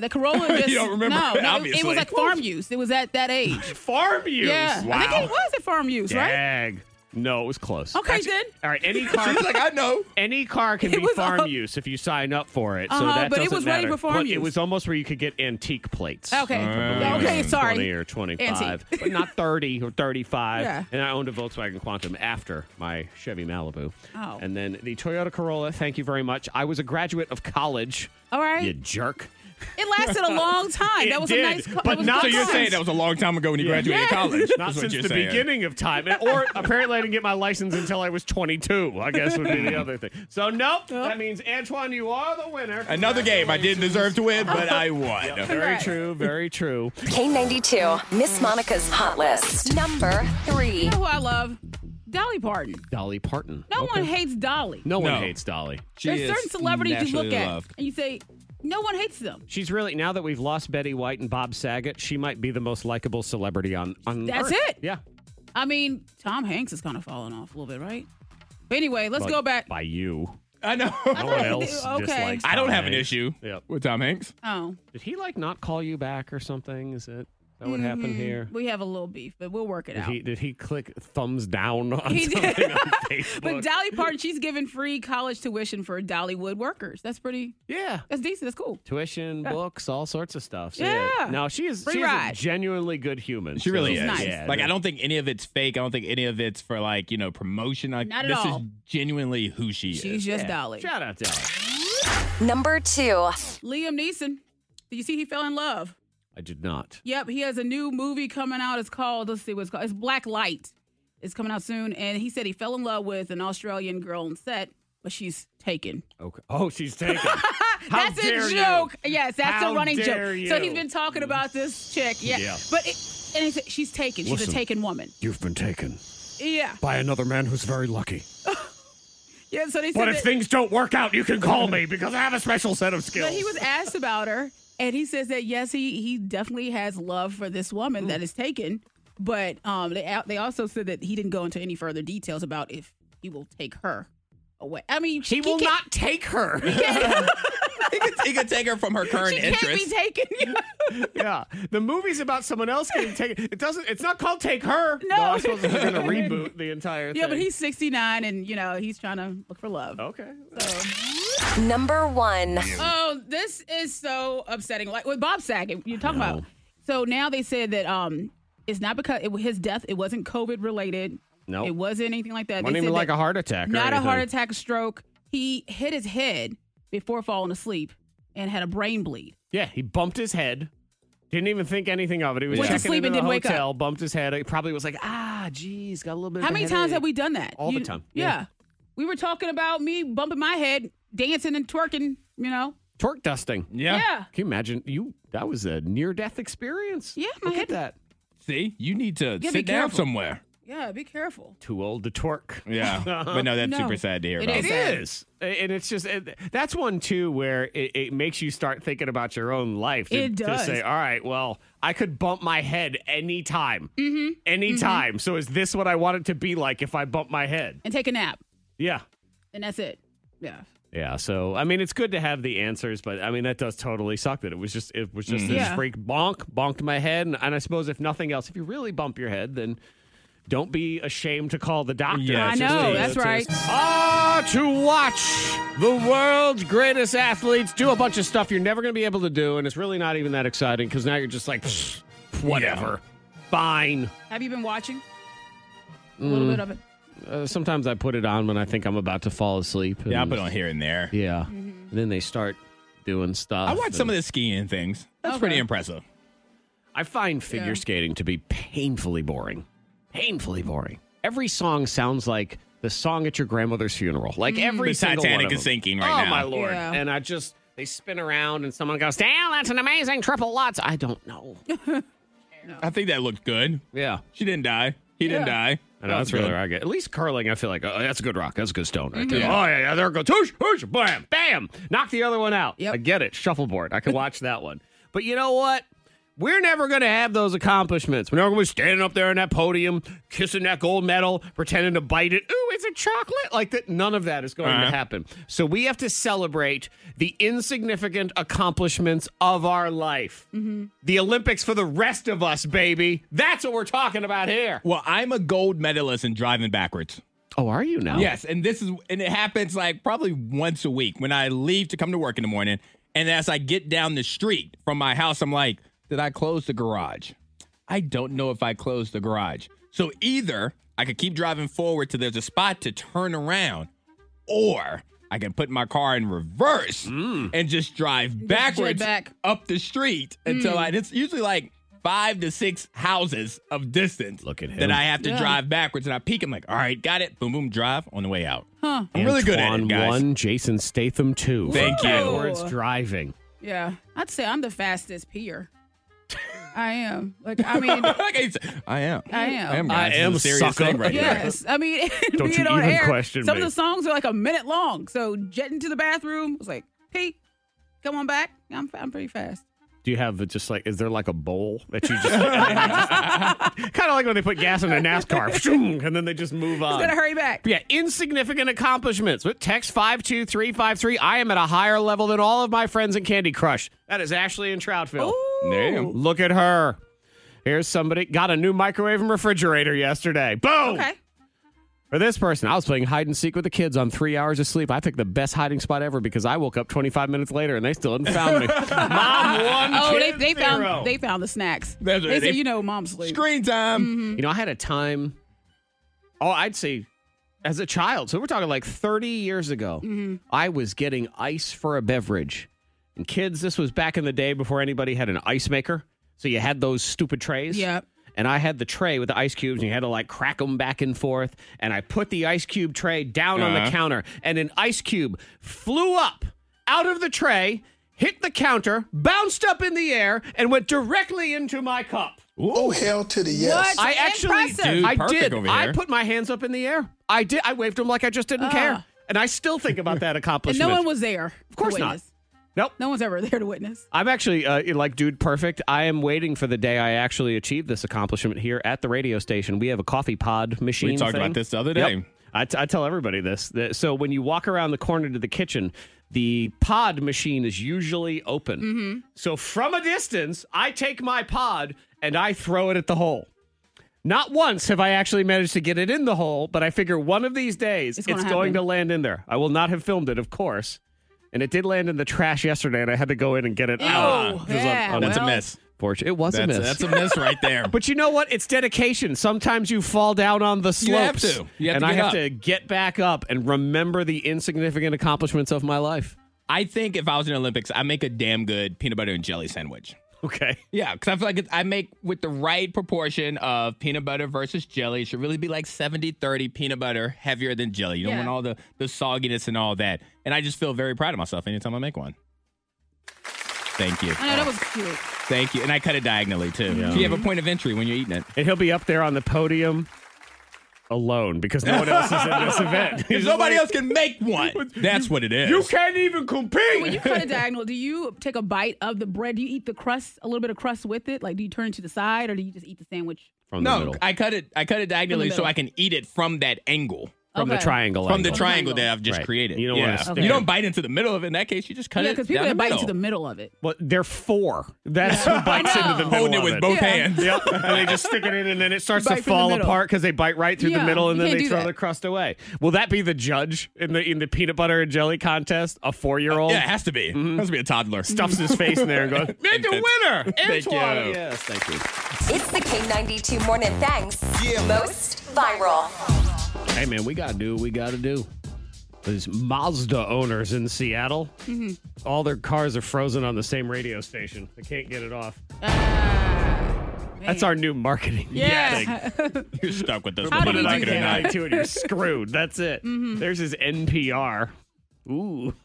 the Corolla
You
just
don't remember it,
no, no, it- it,
obviously.
was like farm use. It was at that age.
farm use?
Yeah, I think
Wow.
it was at farm use, right?
Dag. No, it was close.
Okay, then.
All right, any car.
She's like,
I know.
Any car can
It
be
was
farm
up-
use if you sign up for it. so
Uh-huh,
that
but it
doesn't
was ready
matter.
for farm
But It
use.
was almost where you could get antique plates.
Okay.
I
Mm.
believe it was
Okay,
20
sorry.
or 25,
Antique.
but not 30 or 35.
Yeah.
And I owned a Volkswagen Quantum after my Chevy Malibu.
Oh.
And then the Toyota Corolla. Thank you very much. I was a graduate of college.
All right.
You jerk.
It lasted a long time.
It
that was
did,
a nice. co- that
but
was
not
so you're
since-
saying that was a long time ago when you graduated
Yeah.
college?
Not
is what
since
you're
the
saying.
beginning of time. Or apparently I didn't get my license until I was 22, I guess would be the other thing. So, nope. That means, Antoine, you are the winner.
Another game I didn't deserve to win, but I won.
Very true. Very true.
K92, Miss Monica's hot list. Number three.
You know who I love? Dolly Parton.
Dolly Parton.
No one
Okay.
hates Dolly.
No one
No.
hates Dolly.
There's certain celebrities you look at and you say, no one hates them.
She's really now that we've lost Betty White and Bob Saget, she might be the most likable celebrity on on.
That's
Earth.
it.
Yeah.
I mean, Tom Hanks is kind of falling off a little bit, right? But anyway, let's
But
go back.
by you.
I know.
No one else
okay.
dislikes.
I don't
Tom
have an
Hanks.
issue
Yep.
with Tom Hanks.
Oh.
Did he like not call you back or something? Is it that what happened
Mhm.
here?
We have a little beef, but we'll work it
Did
out.
he did he click thumbs down on
He
something
did.
on Facebook?
but Dolly Parton, she's giving free college tuition for Dollywood workers. That's pretty.
Yeah.
That's decent. That's cool.
tuition,
Yeah.
books, all sorts of stuff. So,
Yeah.
No, she is
Free
she is a
ride.
genuinely good human.
She really is.
Yeah.
Like I don't think any of it's fake. I don't think any of it's for like you know promotion. Like,
Not at
this is
all.
genuinely who she is.
She's just
Yeah.
Dolly.
Shout out Dolly.
Number two.
Liam Neeson. Do you see he fell in love?
I did not.
Yep, he has a new movie coming out. It's called, let's see what it's called. It's Black Light. It's coming out soon. And he said he fell in love with an Australian girl on set, but she's taken.
Okay. Oh, she's taken. How
that's
dare
a
you.
joke. Yes, that's
How
a running
dare
joke. So
you.
he's been talking about this chick. Yeah.
Yeah.
But it, and he said, she's taken. She's a
Listen.
taken woman.
You've been taken
Yeah.
by another man who's very lucky.
Yeah. So they said
But if
that-
things don't work out, you can call me because I have a special set of skills.
But he was asked about her, and he says that yes, he he definitely has love for this woman
Mm.
that is taken. But um, they out- they also said that he didn't go into any further details about if he will take her away. I mean,
he will
can't-
not take her.
He could, he could take her from her current
She can't
interest.
be taken.
yeah, the movie's about someone else getting taken. It doesn't. It's not called Take Her.
No.
I suppose they're going to reboot the entire thing.
yeah, but he's sixty nine, and you know he's trying to look for love.
okay.
Number one.
Oh, this is so upsetting. Like with Bob Saget, you're talking about. So now they said that um, it's not because it, his death. It wasn't COVID related.
Nope.
it wasn't anything like that.
Wasn't
They
even
said
like
that-
a heart attack or
Not a heart
anything.
attack, a stroke. He hit his head before falling asleep and had a brain bleed.
Yeah, he bumped his head. Didn't even think anything of it. He was
Went to
checking
sleep
into
and
the
didn't wake up.
hotel, bumped his head. He probably was like, ah, geez, got a little bit.
How
of a
many times
headache."
have we done that?
All the time.
Yeah.
Yeah.
we were talking about me bumping my head, dancing and twerking. You know.
Torque dusting.
Yeah.
Yeah.
Can you imagine? You that was a near death experience.
Yeah, my
Look
head-
at that.
See, you need to
be
sit down
careful.
somewhere.
Yeah, be careful.
Too old to torque.
Yeah,
Uh-huh.
but no, that's
No.
super sad to hear
It
about.
is.
It is. And it's just it, that's one too where it, it makes you start thinking about your own life. To,
It
To
does.
say, all right, well, I could bump my head anytime, mm-hmm. anytime. So is this what I want it to be like if I bump my head?
And take a nap,
Yeah.
and that's it. Yeah.
Yeah, so I mean, it's good to have the answers, but I mean, that does totally suck. That it was just, it was just this
Mm-hmm. Yeah.
freak bonk, bonked my head, and, and I suppose if nothing else, if you really bump your head, then don't be ashamed to call the doctor.
Yeah, I
It's
know,
a-
that's
it's a-
right.
Ah, to watch the world's greatest athletes do a bunch of stuff you're never going to be able to do, and it's really not even that exciting because now you're just like, "Pfft, whatever, fine.
Have you been watching? A little bit of it.
Uh, sometimes I put it on when I think I'm about to fall asleep.
Yeah, I
and-
put on here and there.
Yeah, and then they start doing stuff.
I watched some
and-
of the skiing things. That's pretty impressive.
I find figure
Yeah.
skating to be painfully boring. Painfully boring. Every song sounds like the song at your grandmother's funeral. Like every
Mm. The
single
Titanic
one of
is
them.
sinking right
Oh
now.
my lord!
Yeah.
And I just they spin around and someone goes, "Damn, that's an amazing triple lots." I don't know.
I think that looked good.
Yeah.
She didn't die. He didn't die.
I know, that's
That was
really
good. Mm-hmm.
where I get. At least curling, I feel like, oh, that's a good rock. That's a good stone right there.
Yeah.
Oh, yeah, yeah, there it goes. Hoosh, hoosh, bam, bam. Knock the other one out.
Yep.
I get it. Shuffleboard. I can watch that one. But you know what? We're never going to have those accomplishments. We're never going to be standing up there on that podium, kissing that gold medal, pretending to bite it. Ooh, it's a chocolate. Like that. None of that is going
Uh-huh.
to happen. So we have to celebrate the insignificant accomplishments of our life. The Olympics for the rest of us, baby. That's what we're talking about here.
Well, I'm a gold medalist in driving backwards.
Oh, are you now?
Yes, and this is and it happens like probably once a week when I leave to come to work in the morning, and as I get down the street from my house, I'm like, did I close the garage? I don't know if I closed the garage. So either I could keep driving forward till there's a spot to turn around, or I can put my car in reverse and just drive Mm. backwards
back.
up the street until I. It's usually like five to six houses of distance. Look at That
him.
I have to
Yeah.
drive backwards, and I peek. I'm like, all right, got it. Boom, boom, drive on the way out.
Huh.
I'm really good at it,
Antoine
guys.
One, Jason Statham two.
Thank you.
Backwards driving.
Yeah, I'd say I'm the fastest peer. I am. Like I mean,
Like I said, I am.
I am.
I am.
I
Guys. This is
am,
a serious
sucker.
thing right here.
yes. I mean,
Don't
being
you
on
even
air,
question
some
me.
of the songs are like a minute long. So jetting to the bathroom was like, "Hey, come on back. I'm I'm pretty fast."
Do you have just like, is there like a bowl that you just, kind of like when they put gas in a NASCAR and then they just move on?
Gotta hurry back.
Yeah, insignificant accomplishments. But text 52353. I am at a higher level than all of my friends in Candy Crush. That is Ashley in Troutville.
Damn.
Look at her. Here's somebody got a new microwave and refrigerator yesterday. Boom.
Okay.
For this person, I was playing hide and seek with the kids on three hours of sleep. I picked the best hiding spot ever because I woke up 25 minutes later and they still hadn't found me. Mom one.
oh, they
kid,
they
zero.
found they found the snacks.
That's
they
right.
said,
They-
"You know, mom's sleep."
Screen
Mm-hmm.
time.
You know, I had a time, oh, I'd say as a child. So we're talking like 30 years ago. I was getting ice for a beverage. And kids, this was back in the day before anybody had an ice maker. So you had those stupid trays.
Yep.
And I had the tray with the ice cubes, and you had to like crack them back and forth. And I put the ice cube tray down on
Uh-huh.
the counter, and an ice cube flew up out of the tray, hit the counter, bounced up in the air, and went directly into my cup.
Oh, hell to the yes.
I actually
Impressive. Dude,
I
perfect
did.
over
I
here.
put my hands up in the air. I did. I waved them like I just didn't care. And I still think about that
Ah. And
accomplishment.
no one was there. Of
course not. Nope.
No one's ever there to witness.
I'm actually uh, like dude perfect. I am waiting for the day I actually achieve this accomplishment here at the radio station. We have a coffee pod machine.
talked
thing.
about this the other
Yep.
day.
I, t- I tell everybody this. That- So when you walk around the corner to the kitchen, the pod machine is usually open.
Mm-hmm.
So from a distance, I take my pod and I throw it at the hole. Not once have I actually managed to get it in the hole, but I figure one of these days
It's
it's,
gonna
going to
happen.
land in there. I will not have filmed it, of course. And it did land in the trash yesterday, and I had to go in and get it
Ew,
out.
Ah,
'Cause I'm-
yeah,
I'm-
That's a well- miss.
Fortune- It was
That's-
a miss.
that's a miss right there.
but you know what? It's dedication. Sometimes you fall down on the
You have
slopes.
to. You have
and
to
I
get
have
up.
to get back up and remember the insignificant accomplishments of my life.
I think if I was in the Olympics, I make a damn good peanut butter and jelly sandwich.
Okay.
Yeah, because I feel like it's, I make with the right proportion of peanut butter versus jelly. It should really be like 70 30 peanut butter heavier than jelly. You don't
Yeah.
want all the, the sogginess and all that. And I just feel very proud of myself anytime I make one. Thank you. Oh,
I know that was cute.
Thank you. And I cut it diagonally too. So you have a point of entry when you're eating it.
And he'll be up there on the podium alone because no one else is in this event. He's
If
just
nobody
like,
else can make one, that's what it is.
can't even
When
compete.
you cut a diagonal, do you take a bite of the bread? Do you eat the crust, a little bit of crust with it? Like, do you turn it to the side or do you just eat the sandwich?
no, I cut it. I cut it diagonally so
middle.
I can eat it from that angle.
From the Okay. triangle
From the
angle.
triangle that I've just
Oh, Right.
created.
You don't wanna stick
You
it.
don't bite into the middle of it. In that case, you just cut
yeah,
it.
because people
down
that
the
bite into
middle.
the middle of it.
Well, they're four. That's who bites into the middle.
Holding it
of
with both Yeah. hands.
Yep. And they just stick it in, and then it starts
Bite
to
through the
fall
middle.
apart because they bite right through
Yeah,
the middle, and
you
then
can't
they
do
throw
that.
the crust away. Will that be the judge in the in the peanut butter and jelly contest? A four year old
Yeah, it has to be. It has to be a toddler.
stuffs his face in there and goes, "You're the winner,
Thank
Antoine."
you.
Yes, thank you.
It's the K92 Morning Thang's most viral.
Hey man, we gotta do what we gotta do. These Mazda owners in Seattle,
Mm-hmm.
all their cars are frozen on the same radio station. They can't get it off. That's our new marketing.
Ah, Yeah.
You're stuck with this.
How
one.
do
Put
we
it on
do that? Mm-hmm.
K92 and you're screwed. That's it. There's his NPR. Ooh.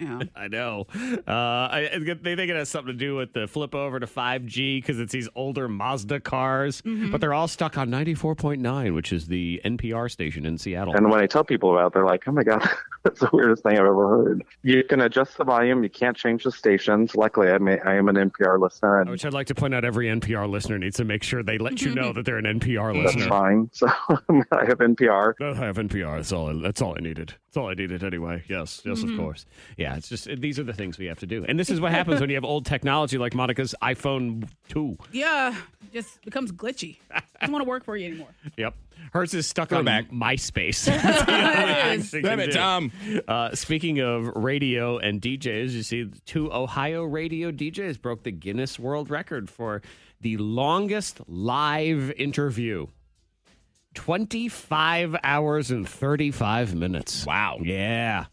Yeah.
I know. Uh, I, I think- they think it has something to do with the flip over to 5G because it's these older Mazda cars,
Mm-hmm.
but they're all stuck on 94.9, which is the NPR station in Seattle.
And when I tell people about, it, they're like, "Oh my god, That's the weirdest thing I've ever heard. You can adjust the volume. You can't change the stations. Luckily, I, may, I am an NPR listener. And
Which I'd like to point out every NPR listener needs to make sure they let you know that they're an NPR
that's
listener.
fine. So I have NPR.
I have NPR. That's all. That's all I needed. That's all I needed anyway. Yes, yes,
Mhm.
of course. Yeah, it's just these are the things we have to do, and this is what happens when you have old technology like Monica's iPhone two.
Yeah, just becomes glitchy. Doesn't want to work for you anymore.
Yep, hers is stuck on MySpace.
Damn it,
Tom. Uh, speaking of radio and DJs, you see, two Ohio radio DJs broke the Guinness World Record for the longest live interview. 25 hours and 35 minutes. Wow. Yeah.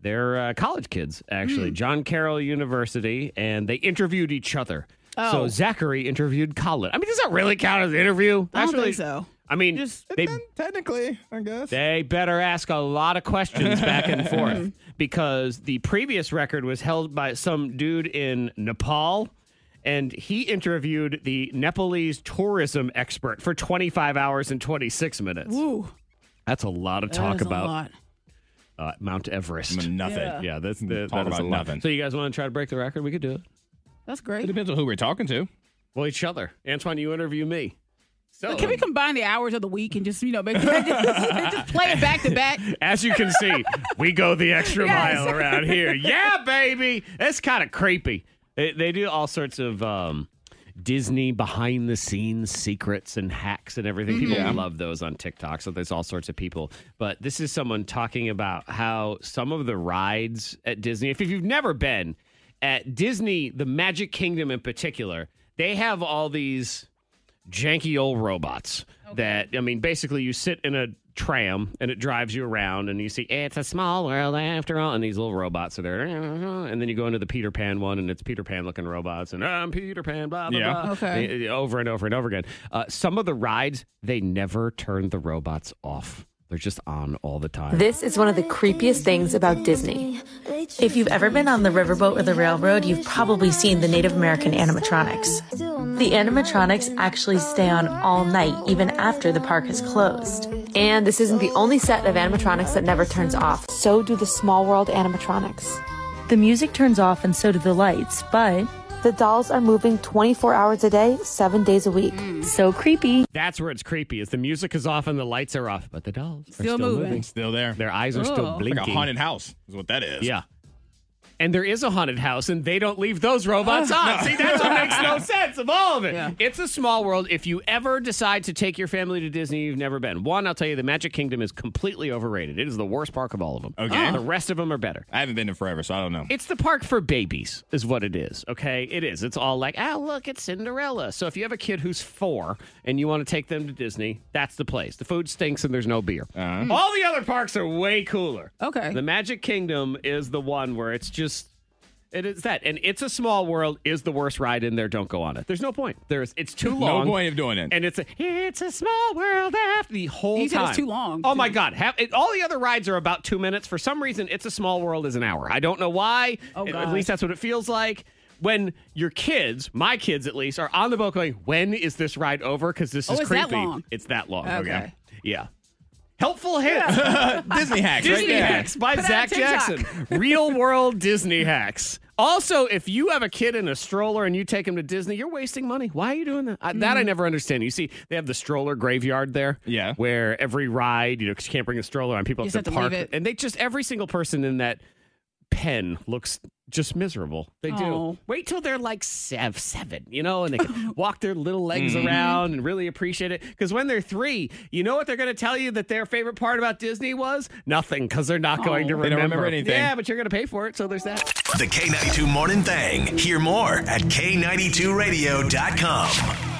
They're uh, college kids,
Hmm.
actually, John Carroll University, and they interviewed each other. So
Oh.
Zachary interviewed Colin. I mean, does that really count as an interview?
I don't
That's really-
think so.
I mean, they
Technically, I guess.
they better ask a lot of questions back and forth because the previous record was held by some dude in Nepal. And he interviewed the Nepalese tourism expert for 25 hours and 26 minutes.
Woo.
That's a lot of
That
talk
is a
about
lot.
Uh, Mount Everest.
Nothing.
Yeah,
Yeah.
that's the,
Talk
that is
about
a lot.
nothing.
So you guys want to try to break the record? We could do it.
That's
It
great.
depends on who we're talking to.
Well, each other. Antoine, you interview me. So
Can we combine the hours of the week and just you know make just, just play it back to back?
As you can see, we go the extra
Yes.
mile around here. Yeah, baby. That's kind of creepy. They, they do all sorts of um, Disney behind the scenes secrets and hacks and everything. People
Mhm.
love those on TikTok. So there's all sorts of people. But this is someone talking about how some of the rides at Disney, if you've never been at Disney, the Magic Kingdom in particular, they have all these janky old robots that I mean, basically you sit in a tram and it drives you around and you see it's a small world after all and these little robots are there and then you go into the Peter Pan one and it's Peter Pan looking robots and I'm Peter Pan blah blah
Yeah.
blah
Okay.
Eh, eh, over and over and over again uh, some of the rides they never turn the robots off they're just on all the time
This is one of the creepiest things about Disney. If you've ever been on the riverboat or the railroad, you've probably seen the Native American animatronics. The animatronics actually stay on all night, even after the park is closed. And this isn't the only set of animatronics that never turns off. So do the Small World animatronics. The music turns off and so do the lights, but the dolls are moving 24 hours a day, seven days a week. So creepy.
that's where it's creepy is the music is off and the lights are off but the dolls are
Still
still
moving.
moving.
Still there.
their eyes are
It's
still blinking
Like a haunted house is what that is.
Yeah. And there is a haunted house, and they don't leave those robots on. See, that's what makes no sense of all of it. It's a small world. If you ever decide to take your family to Disney, you've never been. One, I'll tell you, the Magic Kingdom is completely overrated. It is the worst park of all of them. Ah.
Okay.
The rest of them are better.
I haven't been there forever, so I don't know.
It's the park for babies, is what it is. Okay, it is. It's all like, oh, look, it's Cinderella. So if you have a kid who's four and you want to take them to Disney, that's the place. The food stinks and there's no beer. All the other parks are way cooler.
Okay.
The Magic Kingdom is the one where it's just. It is that, and it's a small world. Is the worst ride in there? Don't go on it. There's no point. There's it's too
No
long.
point of doing it.
And it's a it's a small world after the whole
You said
time.
it's too long,
Oh
too.
my god! Have, it, all the other rides are about two minutes. For some reason, it's a small world is an hour. I don't know why.
Oh,
At- At
God.
least that's what it feels like. When your kids, my kids at least, are on the boat going, "When is this ride over?" Because this
Oh,
is
it's
creepy.
that long.
It's that long.
Okay.
Yeah. Helpful hints.
Disney hacks right
Disney
there.
hacks by
Put it on
Zach
TikTok.
Jackson. Real world Disney hacks. Also, if you have a kid in a stroller and you take him to Disney, you're wasting money. Why are you doing that? I, that
Hmm.
I never understand. You see, they have the stroller graveyard there. Yeah. Where every ride, you know, 'cause you can't bring a stroller on. People
You
have
just
to
have to
park.
leave it.
And they just, every single person in that pen looks just miserable. They do.
Oh.
Wait till they're like sev- seven, you know, and they can walk their little legs
Mhm.
around and really appreciate it. Because when they're three, you know what they're going to tell you that their favorite part about Disney was? Nothing, because they're not going to
Oh. They
remember.
don't remember anything.
Yeah, but you're going to pay for it, so there's that.
The K92 Morning Thang. Hear more at K92Radio.com.